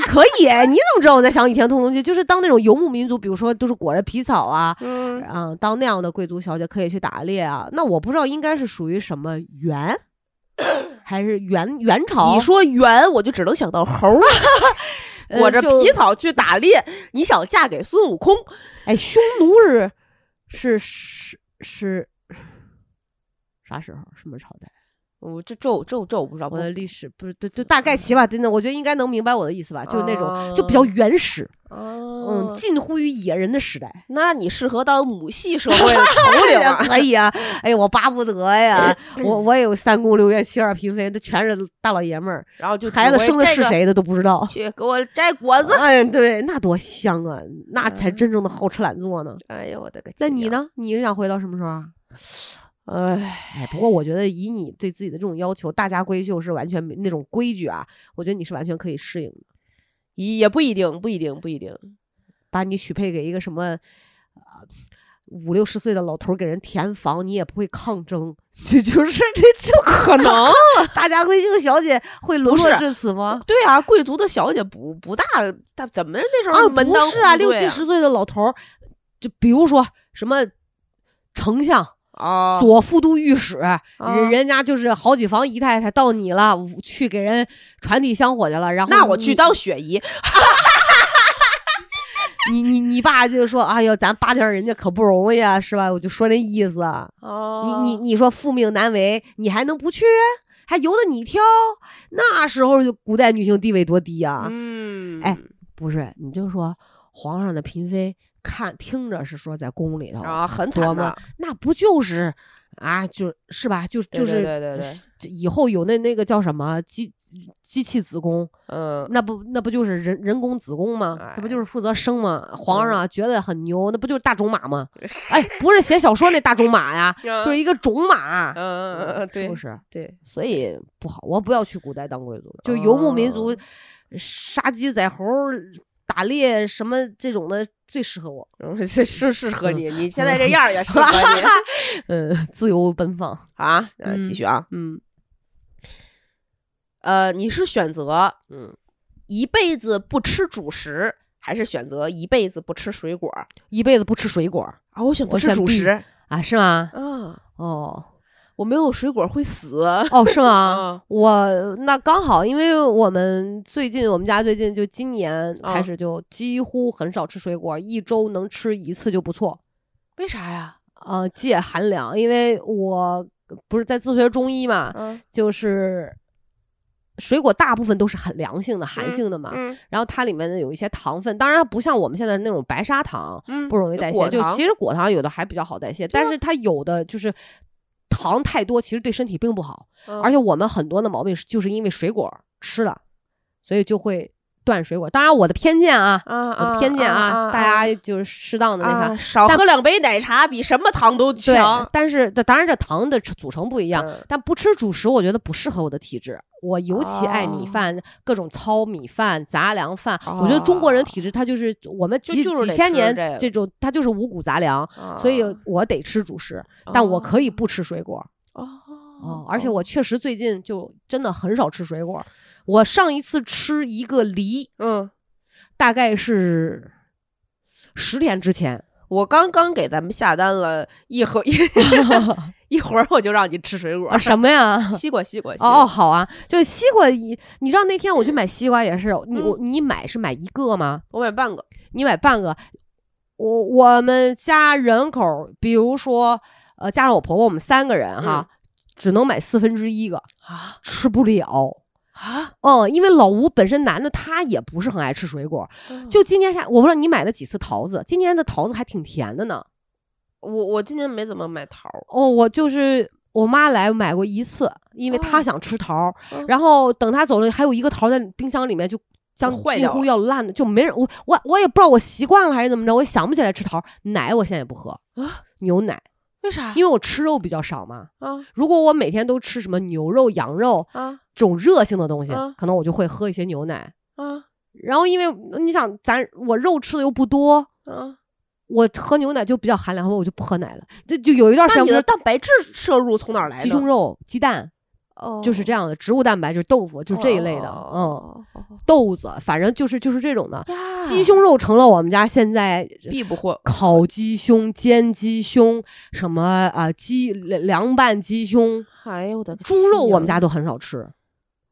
Speaker 2: 可以？你怎么知道我在想《倚天屠龙记》？就是当那种游牧民族，比如说都是裹着皮草啊，
Speaker 1: 嗯，
Speaker 2: 嗯，当那样的贵族小姐可以去打猎啊。那我不知道应该是属于什么元，还是元元朝？
Speaker 1: 你说猿，我就只能想到猴 儿，
Speaker 2: 呃
Speaker 1: 裹着
Speaker 2: 就
Speaker 1: 皮草去打猎。你想嫁给孙悟空？
Speaker 2: 哎，匈奴是是是是啥时候？什么朝代？
Speaker 1: 我这这我这我这我不知啊道，不
Speaker 2: 我的历史不是就就大概齐吧？真的，我觉得应该能明白我的意思吧？就是那种、
Speaker 1: 啊
Speaker 2: 就比较原始，
Speaker 1: 哦
Speaker 2: 嗯，，近乎于野人的时代。
Speaker 1: 那你适合当母系社 会的头领啊！
Speaker 2: 可以啊！哎呀，我巴不得 呀，我我也有三宫六院七二嫔妃，都全是大老爷们儿，
Speaker 1: 然后就
Speaker 2: 孩子
Speaker 1: 指挥
Speaker 2: 生的是
Speaker 1: 这个？
Speaker 2: 谁的都不知道。
Speaker 1: 去给我摘果子！
Speaker 2: 哎，对，那多香啊！那才
Speaker 1: 嗯
Speaker 2: 真正的好吃懒做呢。
Speaker 1: 哎呦我的个！
Speaker 2: 那你？呢？你是想回到什么时候啊？
Speaker 1: 哎，
Speaker 2: 哎，不过我觉得以你对自己的这种要求，大家闺秀是完全没那种规矩啊，我觉得你是完全可以适应的。
Speaker 1: 也不一定，不一定，不一定。
Speaker 2: 把你许配给一个什么，呃，五六十岁的老头儿给人填房，你也不会抗争， 就就是这这可能？大家闺秀小姐会沦
Speaker 1: 不
Speaker 2: 落
Speaker 1: 是
Speaker 2: 至此吗？
Speaker 1: 对啊，贵族的小姐不不大，大怎么那时候
Speaker 2: 啊，
Speaker 1: 门
Speaker 2: 不
Speaker 1: 当
Speaker 2: 是啊，
Speaker 1: 户
Speaker 2: 六
Speaker 1: 对
Speaker 2: 七十岁的老头儿，就比如说什么丞相。
Speaker 1: 啊，
Speaker 2: 左副都御史，人、
Speaker 1: 啊
Speaker 2: 人家就是好几房姨太太到你了，去给人传递香火去了。然后
Speaker 1: 那我去
Speaker 2: 你
Speaker 1: 当雪姨，
Speaker 2: 你你你爸就说：“哎呦，咱巴结人家可不容易啊，是吧？”我就说那意思。
Speaker 1: 哦
Speaker 2: 你你你说父命难违，你还能不去？啊还由得你挑？那时候就古代女性地位多低啊！
Speaker 1: 嗯，
Speaker 2: 哎不是，你就说皇上的嫔妃看听着是说在宫里头，
Speaker 1: 啊，很
Speaker 2: 多
Speaker 1: 惨
Speaker 2: 么
Speaker 1: 的，
Speaker 2: 那不就是啊，就是吧？就
Speaker 1: 对
Speaker 2: 就
Speaker 1: 对
Speaker 2: 是
Speaker 1: 对对对
Speaker 2: 这以后有那那个叫什么机机器子宫，
Speaker 1: 嗯，
Speaker 2: 那不那不就是人人工子宫吗？
Speaker 1: 哎嗯
Speaker 2: 那不就是负责生吗？皇上啊觉得很牛，那不就是大种 马吗？哎，不是写小说那大种马呀，就是一个种马，
Speaker 1: 嗯嗯嗯，
Speaker 2: 是
Speaker 1: 对
Speaker 2: 不是？
Speaker 1: 对，
Speaker 2: 所以不好，我不要去古代当贵族了，就游牧民族，
Speaker 1: 哦
Speaker 2: 杀鸡宰猴。打猎什么这种的最适合我，
Speaker 1: 嗯是是适合你，你现在这样儿也适合你
Speaker 2: 嗯，自由奔放，
Speaker 1: 啊。那继续啊，
Speaker 2: 嗯，
Speaker 1: 呃，你是选择嗯一辈子不吃主食，还是选择一辈子不吃水果？
Speaker 2: 一辈子不吃水果
Speaker 1: 啊，我选
Speaker 2: 我
Speaker 1: 不吃
Speaker 2: 选
Speaker 1: 主
Speaker 2: B
Speaker 1: 食
Speaker 2: 啊，是吗？
Speaker 1: 啊，
Speaker 2: 哦，
Speaker 1: 我没有水果会 死
Speaker 2: 哦，是吗？
Speaker 1: 啊。
Speaker 2: 我那刚好，因为我们最近我们家最近就今年开
Speaker 1: 啊
Speaker 2: 始就几乎很少吃水果，一周能吃一次就不错。
Speaker 1: 为啥呀？
Speaker 2: 呃，戒寒凉，因为我不是在自学中医嘛，
Speaker 1: 嗯
Speaker 2: 就是水果大部分都是很凉性的、寒
Speaker 1: 嗯
Speaker 2: 性的嘛，
Speaker 1: 嗯
Speaker 2: 然后它里面呢有一些糖分，当然它不像我们现在那种白砂糖，
Speaker 1: 嗯
Speaker 2: 不容易代谢。
Speaker 1: 果
Speaker 2: 就
Speaker 1: 糖
Speaker 2: 其实果糖有的还比较好代谢，但是它有的就是糖太多其实对身体并不好，
Speaker 1: 嗯
Speaker 2: 而且我们很多的毛病是就是因为水果吃了，所以就会断水果。当然我的偏见啊，
Speaker 1: 啊
Speaker 2: 我的偏见啊，大家就是适当的那啥。
Speaker 1: 啊少
Speaker 2: 但
Speaker 1: 喝两杯奶茶比什么糖都
Speaker 2: 对
Speaker 1: 强。，
Speaker 2: 但是当然这糖的组成不一样，
Speaker 1: 嗯
Speaker 2: 但不吃主食，我觉得不适合我的体质。我尤其爱米
Speaker 1: 哦
Speaker 2: 饭，各种糙米饭、杂粮饭。我觉得中国人
Speaker 1: 哦
Speaker 2: 体质，它就是我们
Speaker 1: 就
Speaker 2: 几
Speaker 1: 就是
Speaker 2: 几
Speaker 1: 得
Speaker 2: 千
Speaker 1: 吃
Speaker 2: 年
Speaker 1: 这个
Speaker 2: 这种，它就是五谷杂粮，所以
Speaker 1: 啊
Speaker 2: 我得吃主食，但我可以不吃水果。
Speaker 1: 哦
Speaker 2: 哦，而且我确实最近就真的很少吃水果。我上一次吃一个梨，
Speaker 1: 嗯，
Speaker 2: 大概是十年之 前。
Speaker 1: 我刚刚给咱们下单了一盒 一一会儿，我就让你吃水果
Speaker 2: 啊，。什么呀？
Speaker 1: 西瓜，西瓜，西
Speaker 2: 哦，
Speaker 1: 瓜，
Speaker 2: 好啊，就西瓜一，你知道那天我去买西瓜也是，你我你买是买一个吗？
Speaker 1: 我买半个。
Speaker 2: 你买半个，我我们家人口，比如说呃，加上我婆婆，我们三个人哈，只能买四分之一个，
Speaker 1: 啊
Speaker 2: 吃不了。
Speaker 1: 啊！
Speaker 2: 嗯，因为老吴本身男的他也不是很爱吃水果，
Speaker 1: 嗯
Speaker 2: 就今年下，我不知道你买了几次桃子，今年的桃子还挺甜的呢。
Speaker 1: 我我今年没怎么买桃儿，
Speaker 2: 哦，我就是我妈来买过一次，因为她
Speaker 1: 哦
Speaker 2: 想吃桃儿，
Speaker 1: 嗯
Speaker 2: 然后等她走了，还有一个桃儿在冰箱里面就将
Speaker 1: 坏
Speaker 2: 近
Speaker 1: 掉
Speaker 2: 乎
Speaker 1: 了
Speaker 2: 要烂的，就没人我我我也不知道我习惯了还是怎么着，我也想不起来吃桃儿。奶我现在也不喝
Speaker 1: 啊
Speaker 2: 牛奶，
Speaker 1: 为啥？
Speaker 2: 因为我吃肉比较少嘛。
Speaker 1: 啊
Speaker 2: 如果我每天都吃什么牛肉、羊肉
Speaker 1: 啊
Speaker 2: 这种热性的东西，
Speaker 1: 嗯
Speaker 2: 可能我就会喝一些牛奶。
Speaker 1: 啊
Speaker 2: 然后因为你想，咱我肉吃的又不多。
Speaker 1: 啊！
Speaker 2: 我喝牛奶就比较寒凉，后我就不喝奶了。这就有一段时
Speaker 1: 那你
Speaker 2: 间不
Speaker 1: 的
Speaker 2: 是
Speaker 1: 蛋白质摄入从哪儿来的？
Speaker 2: 鸡胸肉、鸡蛋，
Speaker 1: 哦，
Speaker 2: 就是这样的植物蛋白，就是豆腐，就是这一类的，嗯，
Speaker 1: 哦，啊哦哦
Speaker 2: 豆子，反正就是就是这种的。
Speaker 1: 呀
Speaker 2: 鸡胸肉成了我们家现在
Speaker 1: 必不或
Speaker 2: 烤鸡胸、煎鸡胸，什么啊、鸡凉拌鸡胸、
Speaker 1: 哎呦我的个
Speaker 2: 猪肉，
Speaker 1: 亲娘
Speaker 2: 我们家都很少吃。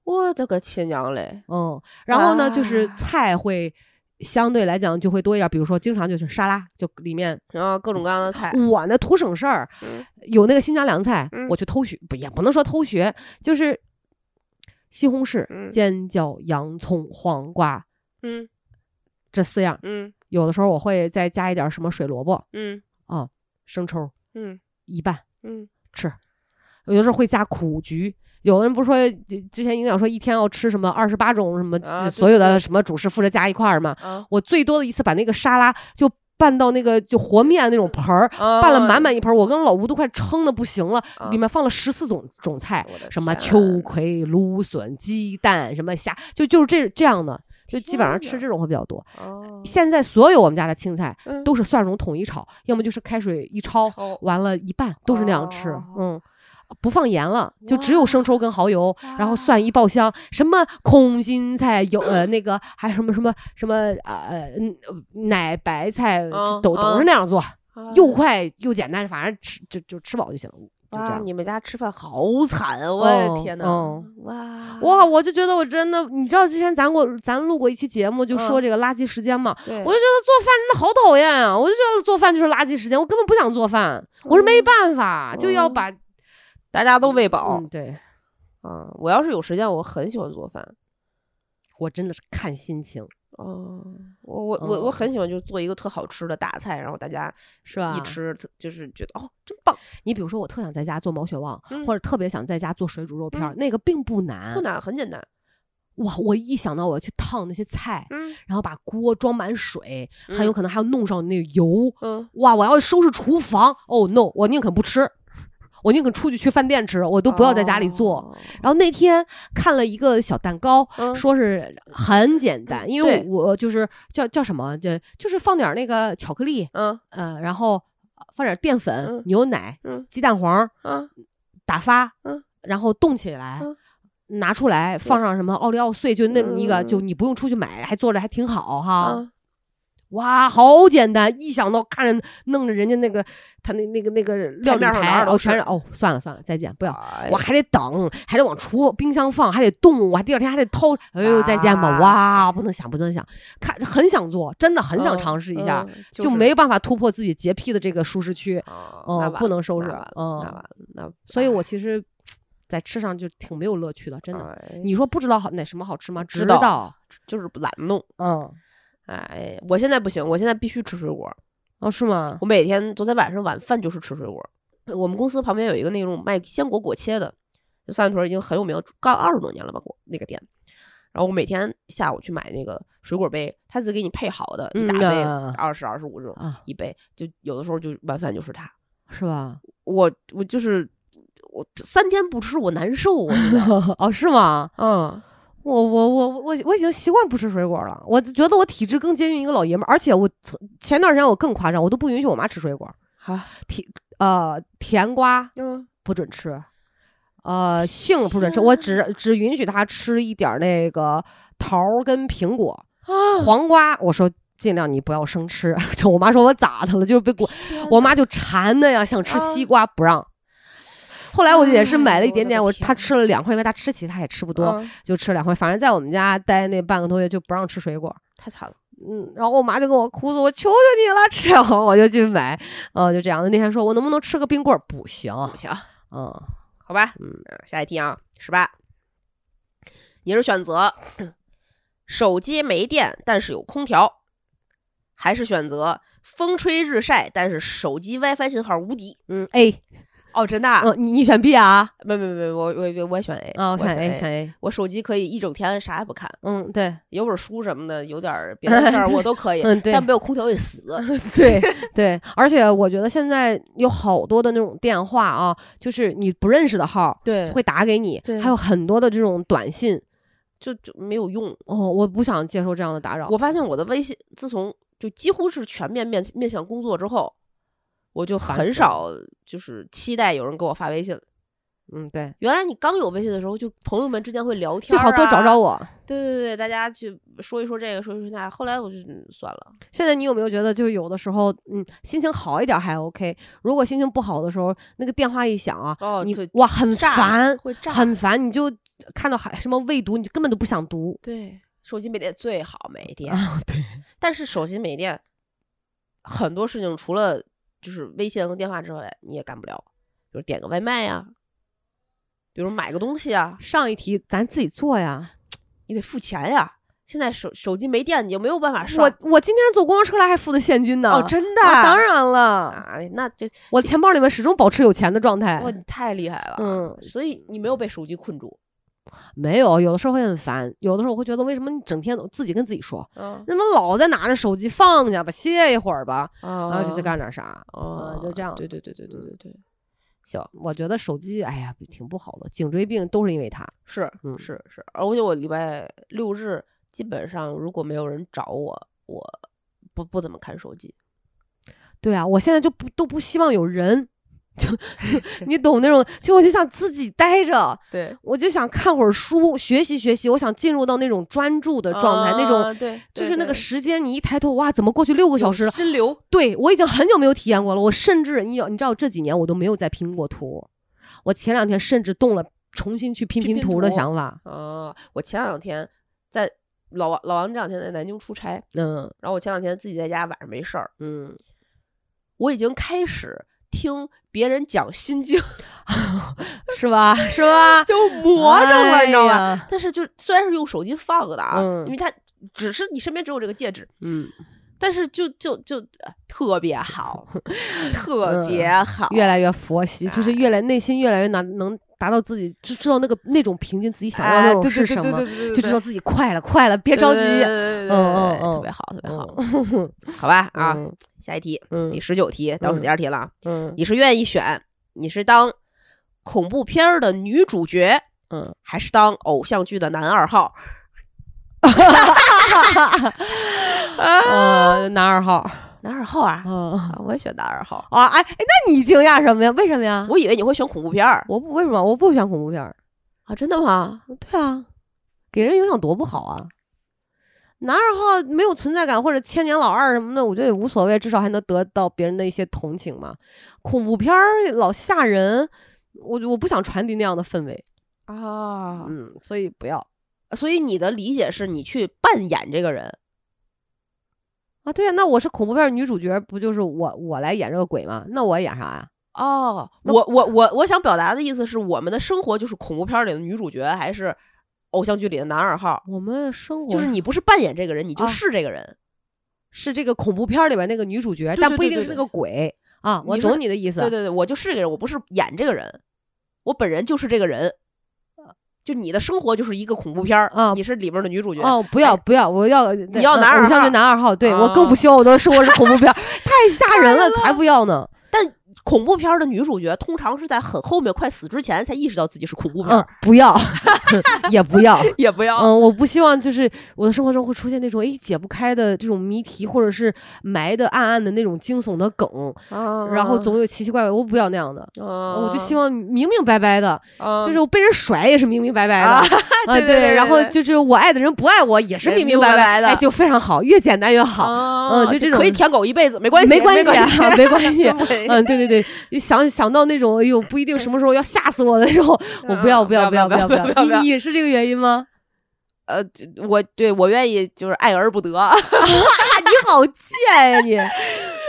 Speaker 1: 我的个亲娘嘞！
Speaker 2: 嗯，然后呢，就是
Speaker 1: 啊
Speaker 2: 菜会相对来讲就会多一点，比如说经常就是沙拉，就里面
Speaker 1: 然后各种各样的菜，
Speaker 2: 我呢图省事儿，
Speaker 1: 嗯
Speaker 2: 有那个新疆凉菜，
Speaker 1: 嗯
Speaker 2: 我去偷学，不也不能说偷学，就是西红柿、
Speaker 1: 嗯
Speaker 2: 尖椒、洋葱、黄瓜
Speaker 1: 嗯
Speaker 2: 这四样。
Speaker 1: 嗯
Speaker 2: 有的时候我会再加一点什么水萝卜、
Speaker 1: 嗯
Speaker 2: 生抽
Speaker 1: 嗯
Speaker 2: 一半，
Speaker 1: 嗯
Speaker 2: 有的时候会加苦菊。有的人不是说之之前营养说一天要吃什么二十八种什么、
Speaker 1: 啊对
Speaker 2: 所有的
Speaker 1: 对
Speaker 2: 什么主食副食加一块儿嘛？
Speaker 1: 啊，
Speaker 2: 我最多的一次把那个沙拉就拌到那个就和面那种盆儿，
Speaker 1: 拌
Speaker 2: 拌了满满一盆儿，我跟老吴都快撑的不行了，
Speaker 1: 啊
Speaker 2: 里
Speaker 1: 嗯
Speaker 2: 面放了十四种种菜，什么秋葵、芦笋、鸡蛋，什么虾，就就是这这样的，就基本上
Speaker 1: 天
Speaker 2: 吃
Speaker 1: 哪
Speaker 2: 这种会比较多。
Speaker 1: 哦，
Speaker 2: 现在所有我们家的青菜
Speaker 1: 嗯
Speaker 2: 都是蒜蓉统一炒，要么就是开水一焯，
Speaker 1: 超
Speaker 2: 完了一拌都是那样吃
Speaker 1: 哦，
Speaker 2: 嗯。不放盐了，就只有生抽跟蚝油，然后
Speaker 1: 哇
Speaker 2: 蒜一爆香，什么空心菜有呃那个，还有什么什么什么呃嗯奶白菜，
Speaker 1: 嗯
Speaker 2: 都都
Speaker 1: 嗯
Speaker 2: 是那样做，
Speaker 1: 啊
Speaker 2: 又快又简单，反正吃就就吃饱就行了，就这
Speaker 1: 哇，
Speaker 2: 样。
Speaker 1: 你们家吃饭好惨，啊我
Speaker 2: 哦
Speaker 1: 的天哪
Speaker 2: 哦！
Speaker 1: 哇
Speaker 2: 哇，，我就觉得我真的，你知道之前咱给我咱录过一期节目，就说
Speaker 1: 嗯
Speaker 2: 这个垃圾时间嘛，
Speaker 1: 对
Speaker 2: 我就觉得做饭真的好讨厌啊！我就觉得做饭就是垃圾时间，我根本不想做饭，我是没
Speaker 1: 嗯
Speaker 2: 办法，就要把
Speaker 1: 大家都喂饱
Speaker 2: 嗯，对
Speaker 1: 啊！我要是有时间，我很喜欢做饭。
Speaker 2: 我真的是看心情，
Speaker 1: 哦，我我我
Speaker 2: 哦
Speaker 1: 我很喜欢，就是做一个特好吃的大菜，然后大家
Speaker 2: 是吧？
Speaker 1: 一吃就是觉得哦，真棒，
Speaker 2: 你比如说，我特想在家做毛血旺，
Speaker 1: 嗯
Speaker 2: 或者特别想在家做水煮肉片儿，那个并不难。
Speaker 1: 不难，很简单。
Speaker 2: 哇，我一想到我要去烫那些菜，
Speaker 1: 嗯
Speaker 2: 然后把锅装满水，很
Speaker 1: 嗯
Speaker 2: 有可能还要弄上那个油，
Speaker 1: 嗯，
Speaker 2: 哇，我要收拾厨房，oh no，我宁肯不吃，我宁肯出去去饭店吃，我都不要在家里做。
Speaker 1: 哦。
Speaker 2: 然后那天看了一个小蛋糕，
Speaker 1: 嗯
Speaker 2: 说是很简单，因为
Speaker 1: 对
Speaker 2: 我就是叫叫什么，就就是放点那个巧克力，
Speaker 1: 嗯
Speaker 2: 呃，然后放点淀粉、
Speaker 1: 嗯
Speaker 2: 牛奶、
Speaker 1: 嗯
Speaker 2: 鸡蛋黄
Speaker 1: 嗯
Speaker 2: 打发，
Speaker 1: 嗯
Speaker 2: 然后冻起来。
Speaker 1: 嗯
Speaker 2: 拿出来放上什么奥利奥碎，就那么一个，
Speaker 1: 嗯
Speaker 2: 就你不用出去买，还做着还挺好哈。
Speaker 1: 啊
Speaker 2: 哇，好简单！一想到看着弄着人家那个他那那个那个料理
Speaker 1: 面上哪
Speaker 2: 台，
Speaker 1: 儿
Speaker 2: 然
Speaker 1: 都
Speaker 2: 后全
Speaker 1: 是
Speaker 2: 是哦，算了算了，再见，不要。
Speaker 1: 哎
Speaker 2: 我还得等，还得往厨冰箱放，还得冻，我还第二天还得掏，哎呦，再见吧！
Speaker 1: 啊
Speaker 2: 哇，不能想，不能想，看很想做，真的很想
Speaker 1: 嗯
Speaker 2: 尝试一下，
Speaker 1: 嗯
Speaker 2: 就是没办法突破自己洁癖的这个舒适区，
Speaker 1: 哦那
Speaker 2: 嗯，
Speaker 1: 完
Speaker 2: 不
Speaker 1: 了
Speaker 2: 能收拾，
Speaker 1: 那完了那哎
Speaker 2: 嗯
Speaker 1: 完，了那
Speaker 2: 所以我其实，在吃上就挺没有乐趣的，真的。
Speaker 1: 哎
Speaker 2: 你说不知道好哪什么好吃吗？
Speaker 1: 知
Speaker 2: 知
Speaker 1: 道
Speaker 2: 道，
Speaker 1: 就是不懒弄。
Speaker 2: 嗯，
Speaker 1: 哎，我现在不行，我现在必须吃水果。
Speaker 2: 哦，是吗？
Speaker 1: 我每天昨天晚上晚饭就是吃水果，我们公司旁边有一个那种卖鲜果果切的，就三里屯已经很有名，干二十多年了吧，果那个店。然后我每天下午去买那个水果杯，他只给你配好的，一大杯
Speaker 2: 嗯啊
Speaker 1: 二十二十五这种
Speaker 2: 啊，
Speaker 1: 一杯，就有的时候就晚饭就是它。
Speaker 2: 是吧？
Speaker 1: 我我就是我三天不吃我难受，啊我觉 得
Speaker 2: 哦，是吗？
Speaker 1: 嗯，
Speaker 2: 我我我我我已经习惯不吃水果了，我就觉得我体质更接近一个老爷们儿，而且我曾前段时间我更夸张，我都不允许我妈吃水果，
Speaker 1: 好，
Speaker 2: 呃，甜瓜
Speaker 1: 嗯，
Speaker 2: 不准吃，呃，杏不准吃，我只只允许她吃一点儿那个桃儿跟苹果，
Speaker 1: 啊，
Speaker 2: 黄瓜我说尽量你不要生吃， 这我妈说我咋的了，就是被裹，
Speaker 1: 嗯
Speaker 2: 我妈就馋的呀，想吃西瓜不让。后来我也是买了一点点，
Speaker 1: 啊哎呦
Speaker 2: 我
Speaker 1: 我的个天
Speaker 2: 她吃了两块，因为她吃其他也吃不多，
Speaker 1: 嗯
Speaker 2: 就吃两回。反正在我们家待那半个多月就不让吃水果，
Speaker 1: 太惨了，
Speaker 2: 嗯，然后我妈就跟我哭诉：“我求求你了，吃！”然后我就去买，呃，就这样的。那天说我能不能吃个冰棍儿？不行，
Speaker 1: 不行，啊
Speaker 2: 嗯，
Speaker 1: 好吧，
Speaker 2: 嗯，
Speaker 1: 下一题啊，十八，你是选择手机没电但是有空调，还是选择风吹日晒但是手机 WiFi 信号无敌？
Speaker 2: 嗯 A，
Speaker 1: 哦，真的、啊？
Speaker 2: 嗯，你你选 B 啊？
Speaker 1: 没没没，我我我我也选 A，
Speaker 2: 啊，我
Speaker 1: 哦选
Speaker 2: 选 A，选 A，
Speaker 1: 我手机可以一整天啥也不看，
Speaker 2: 嗯，对，
Speaker 1: 有本书什么的，有点儿别的事 儿我都可以，
Speaker 2: 嗯，对
Speaker 1: 但，没有空调我得死。
Speaker 2: 对，对，而且我觉得现在有好多的那种电话啊，就是你不认识的号
Speaker 1: 对
Speaker 2: 会打给你
Speaker 1: 对，
Speaker 2: 还有很多的这种短信，
Speaker 1: 就就没有用。
Speaker 2: 哦，我不想接受这样的打扰。
Speaker 1: 我发现我的微信自从就几乎是全面面面向工作之后，我就
Speaker 2: 烦
Speaker 1: 很
Speaker 2: 死
Speaker 1: 少就是期待有人给我发微信了。
Speaker 2: 嗯，对，
Speaker 1: 原来你刚有微信的时候，就朋友们之间会聊天、
Speaker 2: 最
Speaker 1: 啊，
Speaker 2: 好多找找。我。
Speaker 1: 对对对，大家去说一说这个，说一说那个。后来我就嗯算了，
Speaker 2: 现在你有没有觉得，就是有的时候，嗯，心情好一点还 OK，如果心情不好的时候，那个电话一响啊，
Speaker 1: 哦
Speaker 2: 你
Speaker 1: 就
Speaker 2: 哇很
Speaker 1: 炸
Speaker 2: 烦，
Speaker 1: 会炸。
Speaker 2: 很烦，你就看到还什么未读，你就根本都不想读。
Speaker 1: 对，手机没电最好 没电，
Speaker 2: 啊，对，
Speaker 1: 但是手机没电，很多事情除了就是微信和电话之外，你也干不了，比如点个外卖呀、比如买个东西啊，
Speaker 2: 上一题咱自己做呀。
Speaker 1: 你得付钱呀、现在手手机没电，你就没有办法刷。
Speaker 2: 我我今天坐公交车来还付的现金呢。
Speaker 1: 啊哦，真的、
Speaker 2: 啊当然了，
Speaker 1: 啊，那就
Speaker 2: 我钱包里面始终保持有钱的状态
Speaker 1: 哇，。你太厉害了。
Speaker 2: 嗯，
Speaker 1: 所以你没有被手机困住。
Speaker 2: 没有，有的时候会很烦，有的时候我会觉得为什么你整天都自己跟自己说，
Speaker 1: 嗯
Speaker 2: 怎么老在拿着手机放下吧，歇一会儿吧，
Speaker 1: 啊
Speaker 2: 然后就去。干点啥。
Speaker 1: 啊
Speaker 2: 嗯就这样
Speaker 1: 对对对对对对对，
Speaker 2: 我觉得手机，哎呀，挺不好的，颈椎病都是因为它。
Speaker 1: 是
Speaker 2: 嗯
Speaker 1: 是是。而且我礼拜六日基本上如果没有人找我，我不不怎么看手机。
Speaker 2: 对啊，我现在就不都不希望有人， 就就你懂那种，就我就想自己待着，
Speaker 1: 对
Speaker 2: 我就想看会儿书，学习学习，我想进入到那种专注的状态，那种
Speaker 1: 哦对，
Speaker 2: 就是那个时间，你一抬头，哇，怎么过去六个小时了？
Speaker 1: 心流。
Speaker 2: 对我已经很久没有体验过了。我甚至你有，你知道这几年我都没有再拼过图，我前两天甚至动了重新去拼
Speaker 1: 拼
Speaker 2: 拼
Speaker 1: 拼
Speaker 2: 图的
Speaker 1: 图
Speaker 2: 想法。
Speaker 1: 哦，我前两天在老王老王这两天在南京出差，
Speaker 2: 嗯
Speaker 1: 然后我前两天自己在家晚上没事儿，
Speaker 2: 嗯，
Speaker 1: 我已经开始听别人讲心经，
Speaker 2: 是吧？ 是吧？
Speaker 1: 就魔怔了，你知道吧？
Speaker 2: 吧？
Speaker 1: 但是就虽然是用手机放的啊，
Speaker 2: 哎嗯
Speaker 1: 因为它只是你身边只有这个戒指，
Speaker 2: 嗯，
Speaker 1: 但是就就就呃特别 好，
Speaker 2: 嗯
Speaker 1: 特别好，
Speaker 2: 越来越佛系，就是
Speaker 1: 哎
Speaker 2: 越来内心越来越难能达到自己，就知道那个那种平静，自己想要
Speaker 1: 哎
Speaker 2: 那种
Speaker 1: 对
Speaker 2: 是
Speaker 1: 对
Speaker 2: 什
Speaker 1: 对对
Speaker 2: 么，
Speaker 1: 对对对
Speaker 2: 就知道自己快了，快了，别着急。
Speaker 1: 嗯
Speaker 2: 嗯嗯
Speaker 1: 特
Speaker 2: 嗯
Speaker 1: 别好，特别好，
Speaker 2: 嗯
Speaker 1: 好 吧啊，
Speaker 2: 嗯
Speaker 1: 下一题第
Speaker 2: 嗯
Speaker 1: 十九题倒数第二题了啊，
Speaker 2: 嗯
Speaker 1: 你是愿意选你是当恐怖片儿的女主角，
Speaker 2: 嗯，
Speaker 1: 还是当偶像剧的男二号？啊
Speaker 2: 呃，男二号，
Speaker 1: 男二号啊，
Speaker 2: 嗯
Speaker 1: 啊我也选男二号。
Speaker 2: 啊，哎哎，那你惊讶什么呀？为什么呀？
Speaker 1: 我以为你会选恐怖片儿
Speaker 2: 我不为什么我不喜欢恐怖片儿？
Speaker 1: 啊，真的吗？
Speaker 2: 对啊，给人影响多不好啊！男二号没有存在感或者千年老二什么的，我觉得也无所谓，至少还能得到别人的一些同情嘛。恐怖片儿老吓人，我我不想传递那样的氛围，
Speaker 1: 啊，
Speaker 2: 嗯，所以不要
Speaker 1: 嗯所以你的理解是你去扮演这个人
Speaker 2: 啊。对呀、那我是恐怖片儿女主角，不就是我我来演这个鬼吗？那我演啥啊呀？
Speaker 1: 哦。我我我我想表达的意思是，我们的生活就是恐怖片里的女主角，还是偶像剧里的男二号？
Speaker 2: 我们生活
Speaker 1: 就是你不是扮演这个人，你就
Speaker 2: 啊
Speaker 1: 是这个人。
Speaker 2: 是这个恐怖片儿里边那个女主角，
Speaker 1: 对
Speaker 2: 但
Speaker 1: 对
Speaker 2: 不一
Speaker 1: 对
Speaker 2: 定
Speaker 1: 对
Speaker 2: 是那
Speaker 1: 对
Speaker 2: 个鬼啊，我
Speaker 1: 你是
Speaker 2: 懂你的意思。
Speaker 1: 对对对，我就是这个人，我不是演这个人，我本人就是这个人。就你的生活就是一个恐怖片儿，
Speaker 2: 啊
Speaker 1: 你是里边的女主角，
Speaker 2: 哦，不要不要，我要你
Speaker 1: 哎要男二
Speaker 2: 偶像
Speaker 1: 号
Speaker 2: 就男二号，对、我
Speaker 1: 啊
Speaker 2: 更不希望我的生活是恐怖片儿，太吓人了，才不要呢。
Speaker 1: 恐怖片儿的女主角通常是在很后面快死之前才意识到自己是恐怖片
Speaker 2: 嗯
Speaker 1: 儿，，
Speaker 2: 不要， 也不要。
Speaker 1: 也不要
Speaker 2: 嗯，我不希望就是我的生活中会出现那种诶解不开的这种谜题，或者是埋的暗暗的那种惊悚的梗，
Speaker 1: 嗯
Speaker 2: 然后总有奇奇怪怪，我不要那样的。我就希望明明白白的，
Speaker 1: 望
Speaker 2: 就是我被人甩也是明明白白的
Speaker 1: 嗯啊
Speaker 2: 啊，
Speaker 1: 对对对对
Speaker 2: 然后
Speaker 1: 对
Speaker 2: 就是我爱的人不爱我也是
Speaker 1: 也
Speaker 2: 明
Speaker 1: 明
Speaker 2: 明
Speaker 1: 白
Speaker 2: 白
Speaker 1: 白的
Speaker 2: 哎，就非常好，越简单越好，嗯就这种
Speaker 1: 啊可以舔狗一辈子，没关系，
Speaker 2: 没
Speaker 1: 没
Speaker 2: 关系啊，没关 系，
Speaker 1: 系
Speaker 2: 嗯，对对对，一想想到那种，哎呦，不一定什么时候要吓死我 的那种，我不要
Speaker 1: 嗯
Speaker 2: 不要
Speaker 1: 不要
Speaker 2: 要不要
Speaker 1: 不要不要不
Speaker 2: 你
Speaker 1: 要
Speaker 2: 你是这个原因吗？
Speaker 1: 呃，我对我愿意就是爱而不得，
Speaker 2: 你好贱呀 你，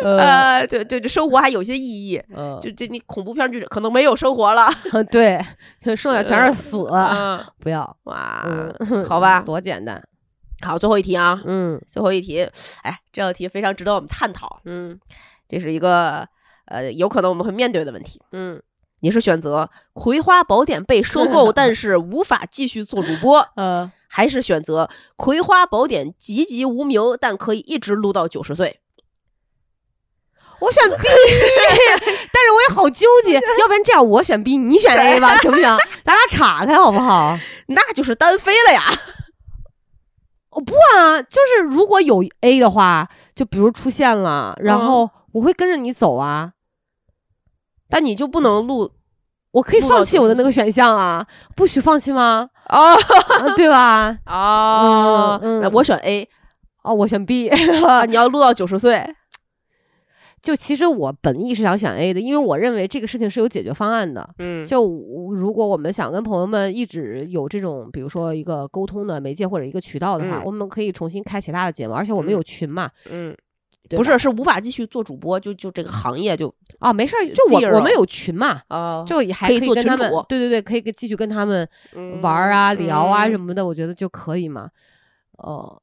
Speaker 2: 呃
Speaker 1: 呃，对对，这生活还有些意义。
Speaker 2: 呃
Speaker 1: 就这你恐怖片儿就是可能没有生活了，
Speaker 2: 对，就剩下全是死，
Speaker 1: 嗯，啊
Speaker 2: 不要，
Speaker 1: 哇
Speaker 2: 嗯，，
Speaker 1: 好吧
Speaker 2: 多简单，
Speaker 1: 好，最后一题啊，
Speaker 2: 嗯
Speaker 1: 最后一题，哎，这道题非常值得我们探讨，
Speaker 2: 嗯
Speaker 1: 这是一个呃，有可能我们会面对的问题。
Speaker 2: 嗯
Speaker 1: 你是选择《葵花宝典》被收 购，但是无法继续做主播，
Speaker 2: 呃，
Speaker 1: 还是选择《葵花宝典》籍籍无名，但可以一直录到九十岁？
Speaker 2: 我选 B，但是我也好纠 结，要不然这样，我选 B，你选 A 吧，行不行？咱俩岔开好 不好？
Speaker 1: 那就是单飞了呀！
Speaker 2: 不啊，就是如果有 A 的话，就比如出现了，
Speaker 1: 嗯
Speaker 2: 然后我会跟着你走啊。
Speaker 1: 但你就不能录
Speaker 2: 我可以
Speaker 1: 录到
Speaker 2: 放弃我的那个选项啊，不许放 弃吗？哦、对吧？
Speaker 1: 哦
Speaker 2: 嗯嗯
Speaker 1: 那我选 A
Speaker 2: 哦，我选 B。
Speaker 1: 啊，你要录到九十岁，
Speaker 2: 就其实我本意是想选 A 的，因为我认为这个事情是有解决方案的。
Speaker 1: 嗯
Speaker 2: 就我如果我们想跟朋友们一直有这种，比如说一个沟通的媒介或者一个渠道的话，
Speaker 1: 嗯
Speaker 2: 我们可以重新开其他的节目，而且我们
Speaker 1: 嗯
Speaker 2: 有群嘛，
Speaker 1: 嗯，
Speaker 2: 对
Speaker 1: 不
Speaker 2: 吧
Speaker 1: 是，是无法继续做主播，就就这个行业就
Speaker 2: 啊，没事儿，就
Speaker 1: 记着
Speaker 2: 我我们有群嘛，
Speaker 1: 啊
Speaker 2: 就也还
Speaker 1: 可以
Speaker 2: 以
Speaker 1: 做
Speaker 2: 跟
Speaker 1: 群
Speaker 2: 他们
Speaker 1: 主，
Speaker 2: 对对对，可以跟继续跟他们玩儿啊、
Speaker 1: 嗯
Speaker 2: 聊啊什
Speaker 1: 么。
Speaker 2: 么的，我觉得就可以嘛。哦，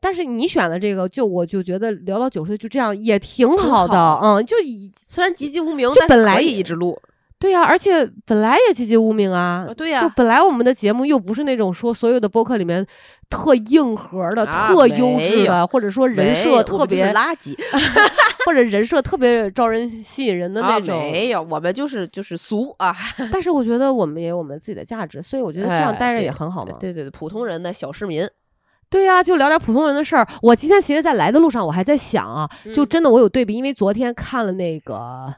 Speaker 2: 但是你选了这个，就我就觉得聊到九岁就这样也挺好的，嗯，就以
Speaker 1: 虽然籍籍无名，
Speaker 2: 就
Speaker 1: 但是
Speaker 2: 本来
Speaker 1: 可以
Speaker 2: 也
Speaker 1: 一直录。
Speaker 2: 对呀、而且本来也籍籍无名啊
Speaker 1: 啊，。对呀、
Speaker 2: 就本来我们的节目又不是那种说所有的播客里面特硬核的、
Speaker 1: 啊
Speaker 2: 特优质
Speaker 1: 没
Speaker 2: 的，或者说人
Speaker 1: 没我
Speaker 2: 设
Speaker 1: 们
Speaker 2: 特
Speaker 1: 就是
Speaker 2: 别，
Speaker 1: 垃圾
Speaker 2: 或者人设特别招人吸引人的那
Speaker 1: 啊、
Speaker 2: 种。
Speaker 1: 没有，我们就是就是俗啊，
Speaker 2: 但是我觉得我们也有我们自己的价值，所以我觉得这样
Speaker 1: 哎
Speaker 2: 待着
Speaker 1: 对
Speaker 2: 也很好嘛。
Speaker 1: 对对对，普通人的小市民，
Speaker 2: 对呀、就聊点普通人的事儿。我今天其实，在来的路上，我还在想啊，就
Speaker 1: 嗯
Speaker 2: 真的我有对比，因为昨天看了那个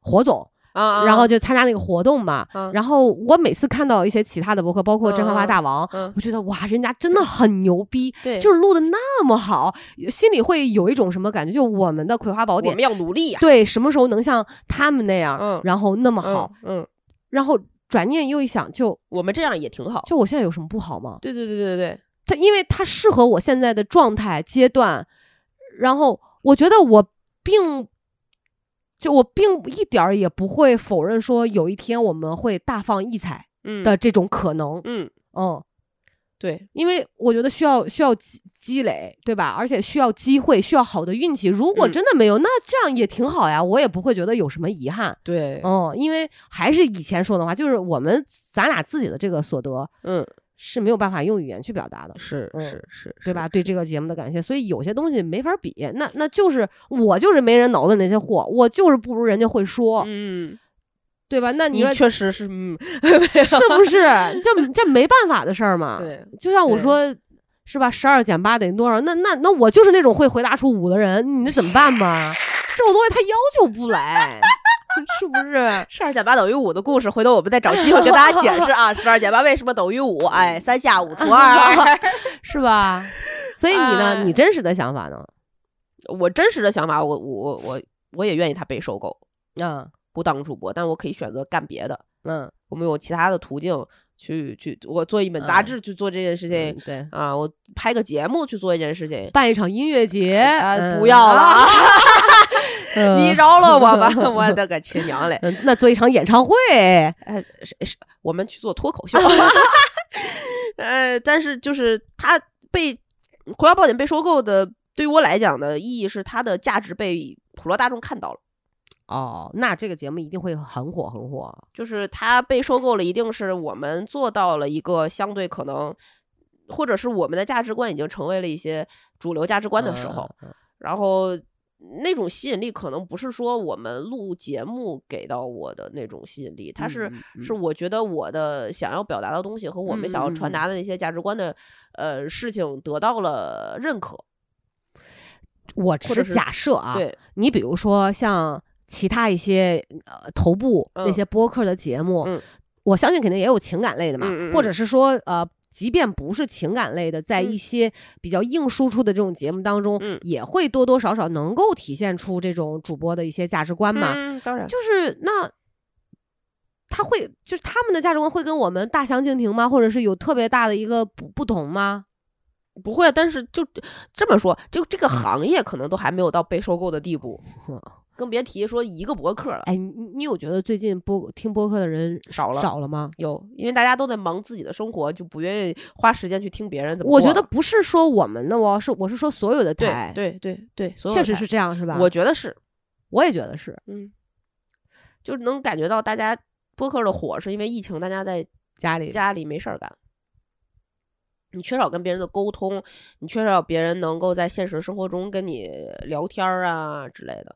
Speaker 2: 火总，
Speaker 1: 啊，
Speaker 2: 然后就参加那个活动嘛。
Speaker 1: 啊
Speaker 2: 然后我每次看到一些其他的博客，包括《真花花大王》
Speaker 1: 嗯嗯
Speaker 2: 我觉得哇，人家真的很牛逼，
Speaker 1: 对，
Speaker 2: 就是录的那么好，心里会有一种什么感觉？就我们的《葵花宝
Speaker 1: 我
Speaker 2: 典
Speaker 1: 们》要努力呀、
Speaker 2: 对什么时候能像他们那样，
Speaker 1: 嗯
Speaker 2: 然后那么好？
Speaker 1: 嗯，嗯，
Speaker 2: 然后转念又一想，就
Speaker 1: 我们这样也挺好。
Speaker 2: 就我现在有什么不好吗？
Speaker 1: 对对对对对，
Speaker 2: 它因为它适合我现在的状态阶段，然后我觉得我并就我并一点儿也不会否认说有一天我们会大放异彩
Speaker 1: 嗯
Speaker 2: 的这种可能，
Speaker 1: 嗯，
Speaker 2: 嗯，
Speaker 1: 对，
Speaker 2: 因为我觉得需要需要积积累，对吧？而且需要机会，需要好的运气。如果
Speaker 1: 嗯
Speaker 2: 真的没有，那这样也挺好呀，我也不会觉得有什么遗憾。
Speaker 1: 对，
Speaker 2: 嗯，因为还是以前说的话，就是我们咱俩自己的这个所得
Speaker 1: 嗯，
Speaker 2: 是没有办法用语言去表达的。
Speaker 1: 是
Speaker 2: 嗯
Speaker 1: 是是，
Speaker 2: 对
Speaker 1: 是
Speaker 2: 吧？？对这个节目的感谢，所以有些东西没法比，那那就是我就是没人脑子里那些货，我就是不如人家会说，
Speaker 1: 嗯，
Speaker 2: 对吧？哦那你
Speaker 1: 你
Speaker 2: 说
Speaker 1: 确实是，嗯，
Speaker 2: 是不是？ 这这没办法的事儿嘛。，
Speaker 1: 对，
Speaker 2: 就像我
Speaker 1: 对
Speaker 2: 说，是吧？十二减八等于多少？那那那我就是那种会回答出五的人，你那怎么办吧？这种东西他要求不 来，是不是？
Speaker 1: 十二减八等于五的故事，回头我们再找机会跟大家解释啊。十二减八为什么等于五？哎，三下五除二。
Speaker 2: 是吧？所以你呢？
Speaker 1: 哎
Speaker 2: 你真实的想法呢？
Speaker 1: 我真实的想法，我我我我我也愿意他被收购，
Speaker 2: 嗯
Speaker 1: 不当主播，但我可以选择干别的。
Speaker 2: 嗯，
Speaker 1: 我们有其他的途径去去，我做一本杂
Speaker 2: 嗯
Speaker 1: 志去做这件事
Speaker 2: 对
Speaker 1: 情、
Speaker 2: 嗯对，
Speaker 1: 啊，我拍个节目去做一件事情。
Speaker 2: 办一场音乐节，
Speaker 1: 啊，
Speaker 2: 嗯
Speaker 1: 不要了，啊，
Speaker 2: 嗯
Speaker 1: 你饶了我 吧！我的个亲娘嘞！
Speaker 2: 嗯，那做一场演唱会，
Speaker 1: 哎，是是，我们去做脱口 秀。 呃，但是就是它被《葵花宝典》被收购的，对于我来讲的意义是它的价值被普罗大众看到了。
Speaker 2: 哦，那这个节目一定会很火很火。
Speaker 1: 就是它被收购了，一定是我们做到了一个相对可能，或者是我们的价值观已经成为了一些主流价值观的时候，
Speaker 2: 嗯，
Speaker 1: 然后那种吸引力可能不是说我们录节目给到我的那种吸引力，它是、
Speaker 2: 嗯嗯嗯
Speaker 1: 是我觉得我的想要表达的东西和我们想要传达的那些价值观的、呃事情得到了认可，
Speaker 2: 我只
Speaker 1: 或者
Speaker 2: 是
Speaker 1: 是
Speaker 2: 假设啊，
Speaker 1: 对，
Speaker 2: 你比如说像其他一些呃头部
Speaker 1: 嗯
Speaker 2: 那些播客的节目，
Speaker 1: 嗯
Speaker 2: 我相信肯定也有情感类的嘛，
Speaker 1: 嗯嗯嗯
Speaker 2: 或者是说呃。即便不是情感类的，在
Speaker 1: 嗯
Speaker 2: 一些比较硬输出的这种节目当中，
Speaker 1: 嗯
Speaker 2: 也会多多少少能够体现出这种主播的一些价值观嘛。
Speaker 1: 嗯，当然，
Speaker 2: 就是那他会，就是他们的价值观会跟我们大相径庭吗？或者是有特别大的一个不不同吗？
Speaker 1: 不会，啊但是就这么说，就
Speaker 2: 嗯
Speaker 1: 这个行业可能都还没有到被收购的地 步，更别提说一个博客了。
Speaker 2: 哎，你你你有觉得最近播听播客的人
Speaker 1: 少了
Speaker 2: 少了吗？
Speaker 1: 有，因为大家都在忙自己的生活，就不愿意花时间去听别人怎么过
Speaker 2: 我
Speaker 1: 了。
Speaker 2: 觉得不是说我们的哦，是我是说所有的台，
Speaker 1: 对对对对，所有
Speaker 2: 确
Speaker 1: 的
Speaker 2: 实
Speaker 1: 台
Speaker 2: 是这样，是吧？
Speaker 1: 我觉得是，
Speaker 2: 我也觉得是
Speaker 1: 嗯，就能感觉到大家播客的火是因为疫情，大家在
Speaker 2: 家里
Speaker 1: 家里没事儿干，你缺少跟别人的沟通，你缺少别人能够在现实生活中跟你聊天儿啊之类的。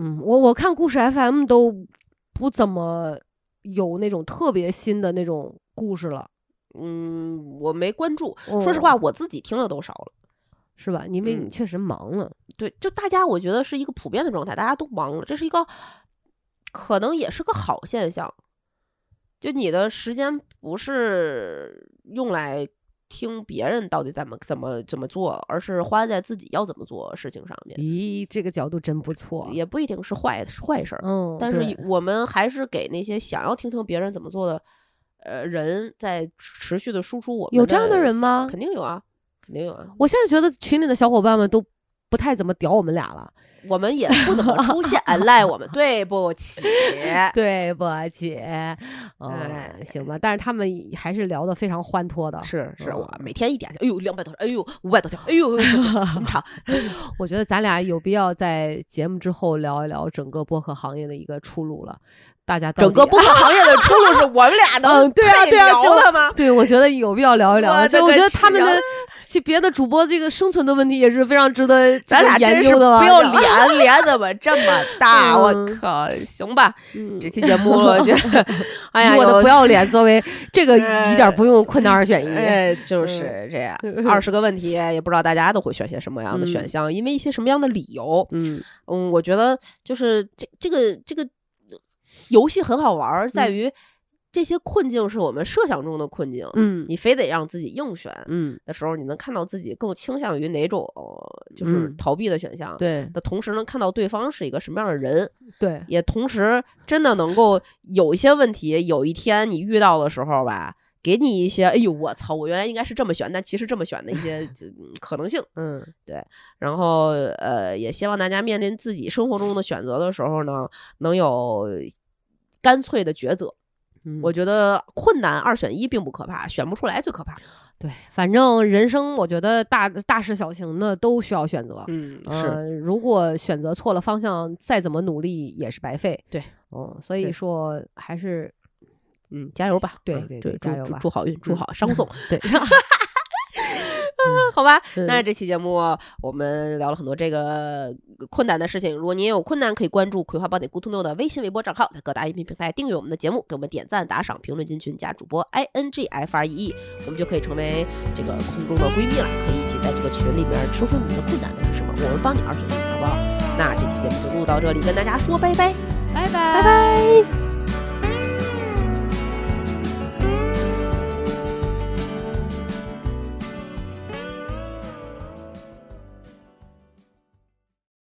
Speaker 2: 嗯，我我看故事 FM 都不怎么有那种特别新的那种故事了，
Speaker 1: 嗯，我没关注，说实
Speaker 2: 嗯
Speaker 1: 话，我自己听的都少了。
Speaker 2: 是吧？因为
Speaker 1: 哦
Speaker 2: 你
Speaker 1: 嗯
Speaker 2: 确实忙了，
Speaker 1: 对，就大家我觉得是一个普遍的状态，大家都忙了，这是一个可能也是个好现象。就你的时间不是用来听别人到底怎么怎么怎么做，而是花在自己要怎么做事情上面，
Speaker 2: 咦，这个角度真不错，
Speaker 1: 也不一定是坏坏事儿。
Speaker 2: 嗯，
Speaker 1: 但
Speaker 2: 对
Speaker 1: 是我们还是给那些想要听听别人怎么做的呃人，在持续的输出我们
Speaker 2: 有这样的人
Speaker 1: 想
Speaker 2: 吗
Speaker 1: 肯定有啊，肯定有啊。
Speaker 2: 我现在觉得群里的小伙伴们都不太怎么屌我们俩 了，
Speaker 1: 我们也不怎么出 现，赖我们，对不起。
Speaker 2: 对不起，嗯、
Speaker 1: 哎
Speaker 2: 行吧，但是他们还是聊得非常欢脱的。
Speaker 1: 是是，我
Speaker 2: 嗯
Speaker 1: 每天一点，哎呦，两百多条，哎呦，五百多条，哎 呦，很长。
Speaker 2: 我觉得咱俩有必要在节目之后聊一聊整个播客行业的一个出路了。大家到
Speaker 1: 整个
Speaker 2: 底
Speaker 1: 播客行业的哎出路是我们俩能
Speaker 2: 嗯对啊
Speaker 1: 配
Speaker 2: 对啊
Speaker 1: 聊
Speaker 2: 就
Speaker 1: 的吗？
Speaker 2: 对，我觉得有必要聊一聊
Speaker 1: 我
Speaker 2: 了。
Speaker 1: 的
Speaker 2: 就我
Speaker 1: 个
Speaker 2: 觉得
Speaker 1: 去
Speaker 2: 他们
Speaker 1: 聊
Speaker 2: 的这别的主播这个生存的问题也是非常值得这
Speaker 1: 咱
Speaker 2: 个
Speaker 1: 俩真
Speaker 2: 研
Speaker 1: 是
Speaker 2: 究的吧。
Speaker 1: 不要 脸，脸怎么这么大？我
Speaker 2: 嗯
Speaker 1: 靠，行吧，
Speaker 2: 嗯
Speaker 1: 这期节 目我觉得，哎 呀，
Speaker 2: 以我
Speaker 1: 有
Speaker 2: 的不要脸作为这个一点
Speaker 1: 哎
Speaker 2: 儿不用困难二选一。，
Speaker 1: 哎，就是这样
Speaker 2: 嗯
Speaker 1: 二十个问题，也不知道大家都会选些什么样的选
Speaker 2: 嗯
Speaker 1: 项，因为一些什么样的理由。
Speaker 2: 嗯，
Speaker 1: 嗯，我觉得就是这这个这个游戏很好玩儿，在
Speaker 2: 嗯
Speaker 1: 于这些困境是我们设想中的困境，
Speaker 2: 嗯
Speaker 1: 你非得让自己硬选
Speaker 2: 嗯，
Speaker 1: 的时候，你能看到自己更倾向于哪种呃就是
Speaker 2: 嗯
Speaker 1: 逃避的选项。
Speaker 2: 对
Speaker 1: 的同时能看到对方是一个什么样的人，
Speaker 2: 对，
Speaker 1: 也同时真的能够有一些问题，有一天你遇到的时候吧，给你一些哎呦我操，我原来应该是这么选，但其实这么选的一 些就嗯可能性。
Speaker 2: 嗯
Speaker 1: 然后呃，也希望大家面临自己生活中的选择的时候呢，能有干脆的抉择。
Speaker 2: 嗯，
Speaker 1: 我觉得困难二选一并不可怕，选不出来最可怕。
Speaker 2: 对，反正人生我觉得大大事小情的都需要选择。
Speaker 1: 嗯
Speaker 2: 呃，如果选择错了方向，再怎么努力也是白费。
Speaker 1: 对，
Speaker 2: 嗯，所
Speaker 1: 对
Speaker 2: 以说还是
Speaker 1: 嗯，加油吧。
Speaker 2: 对
Speaker 1: 嗯
Speaker 2: 对
Speaker 1: 对
Speaker 2: 对，加油
Speaker 1: 祝
Speaker 2: 吧
Speaker 1: 祝好运，祝
Speaker 2: 嗯
Speaker 1: 好商颂。
Speaker 2: 对，
Speaker 1: 好吧，
Speaker 2: 嗯
Speaker 1: 那这期节目我们聊了很多这个困难的事情。如果您也有困难，可以关注《葵花宝典 Good to Know》的微信、微博账号，在各大音频平台订阅我们的节目，给我们点赞、打赏、评论、进群，加主播 i n g f r e e，我们就可以成为这个空中的闺蜜了，可以一起在这个群里面说说你的困难的是什么，我们帮你二选一，好不好？那这期节目就录到这里，跟大家说拜拜。
Speaker 2: 拜拜拜拜。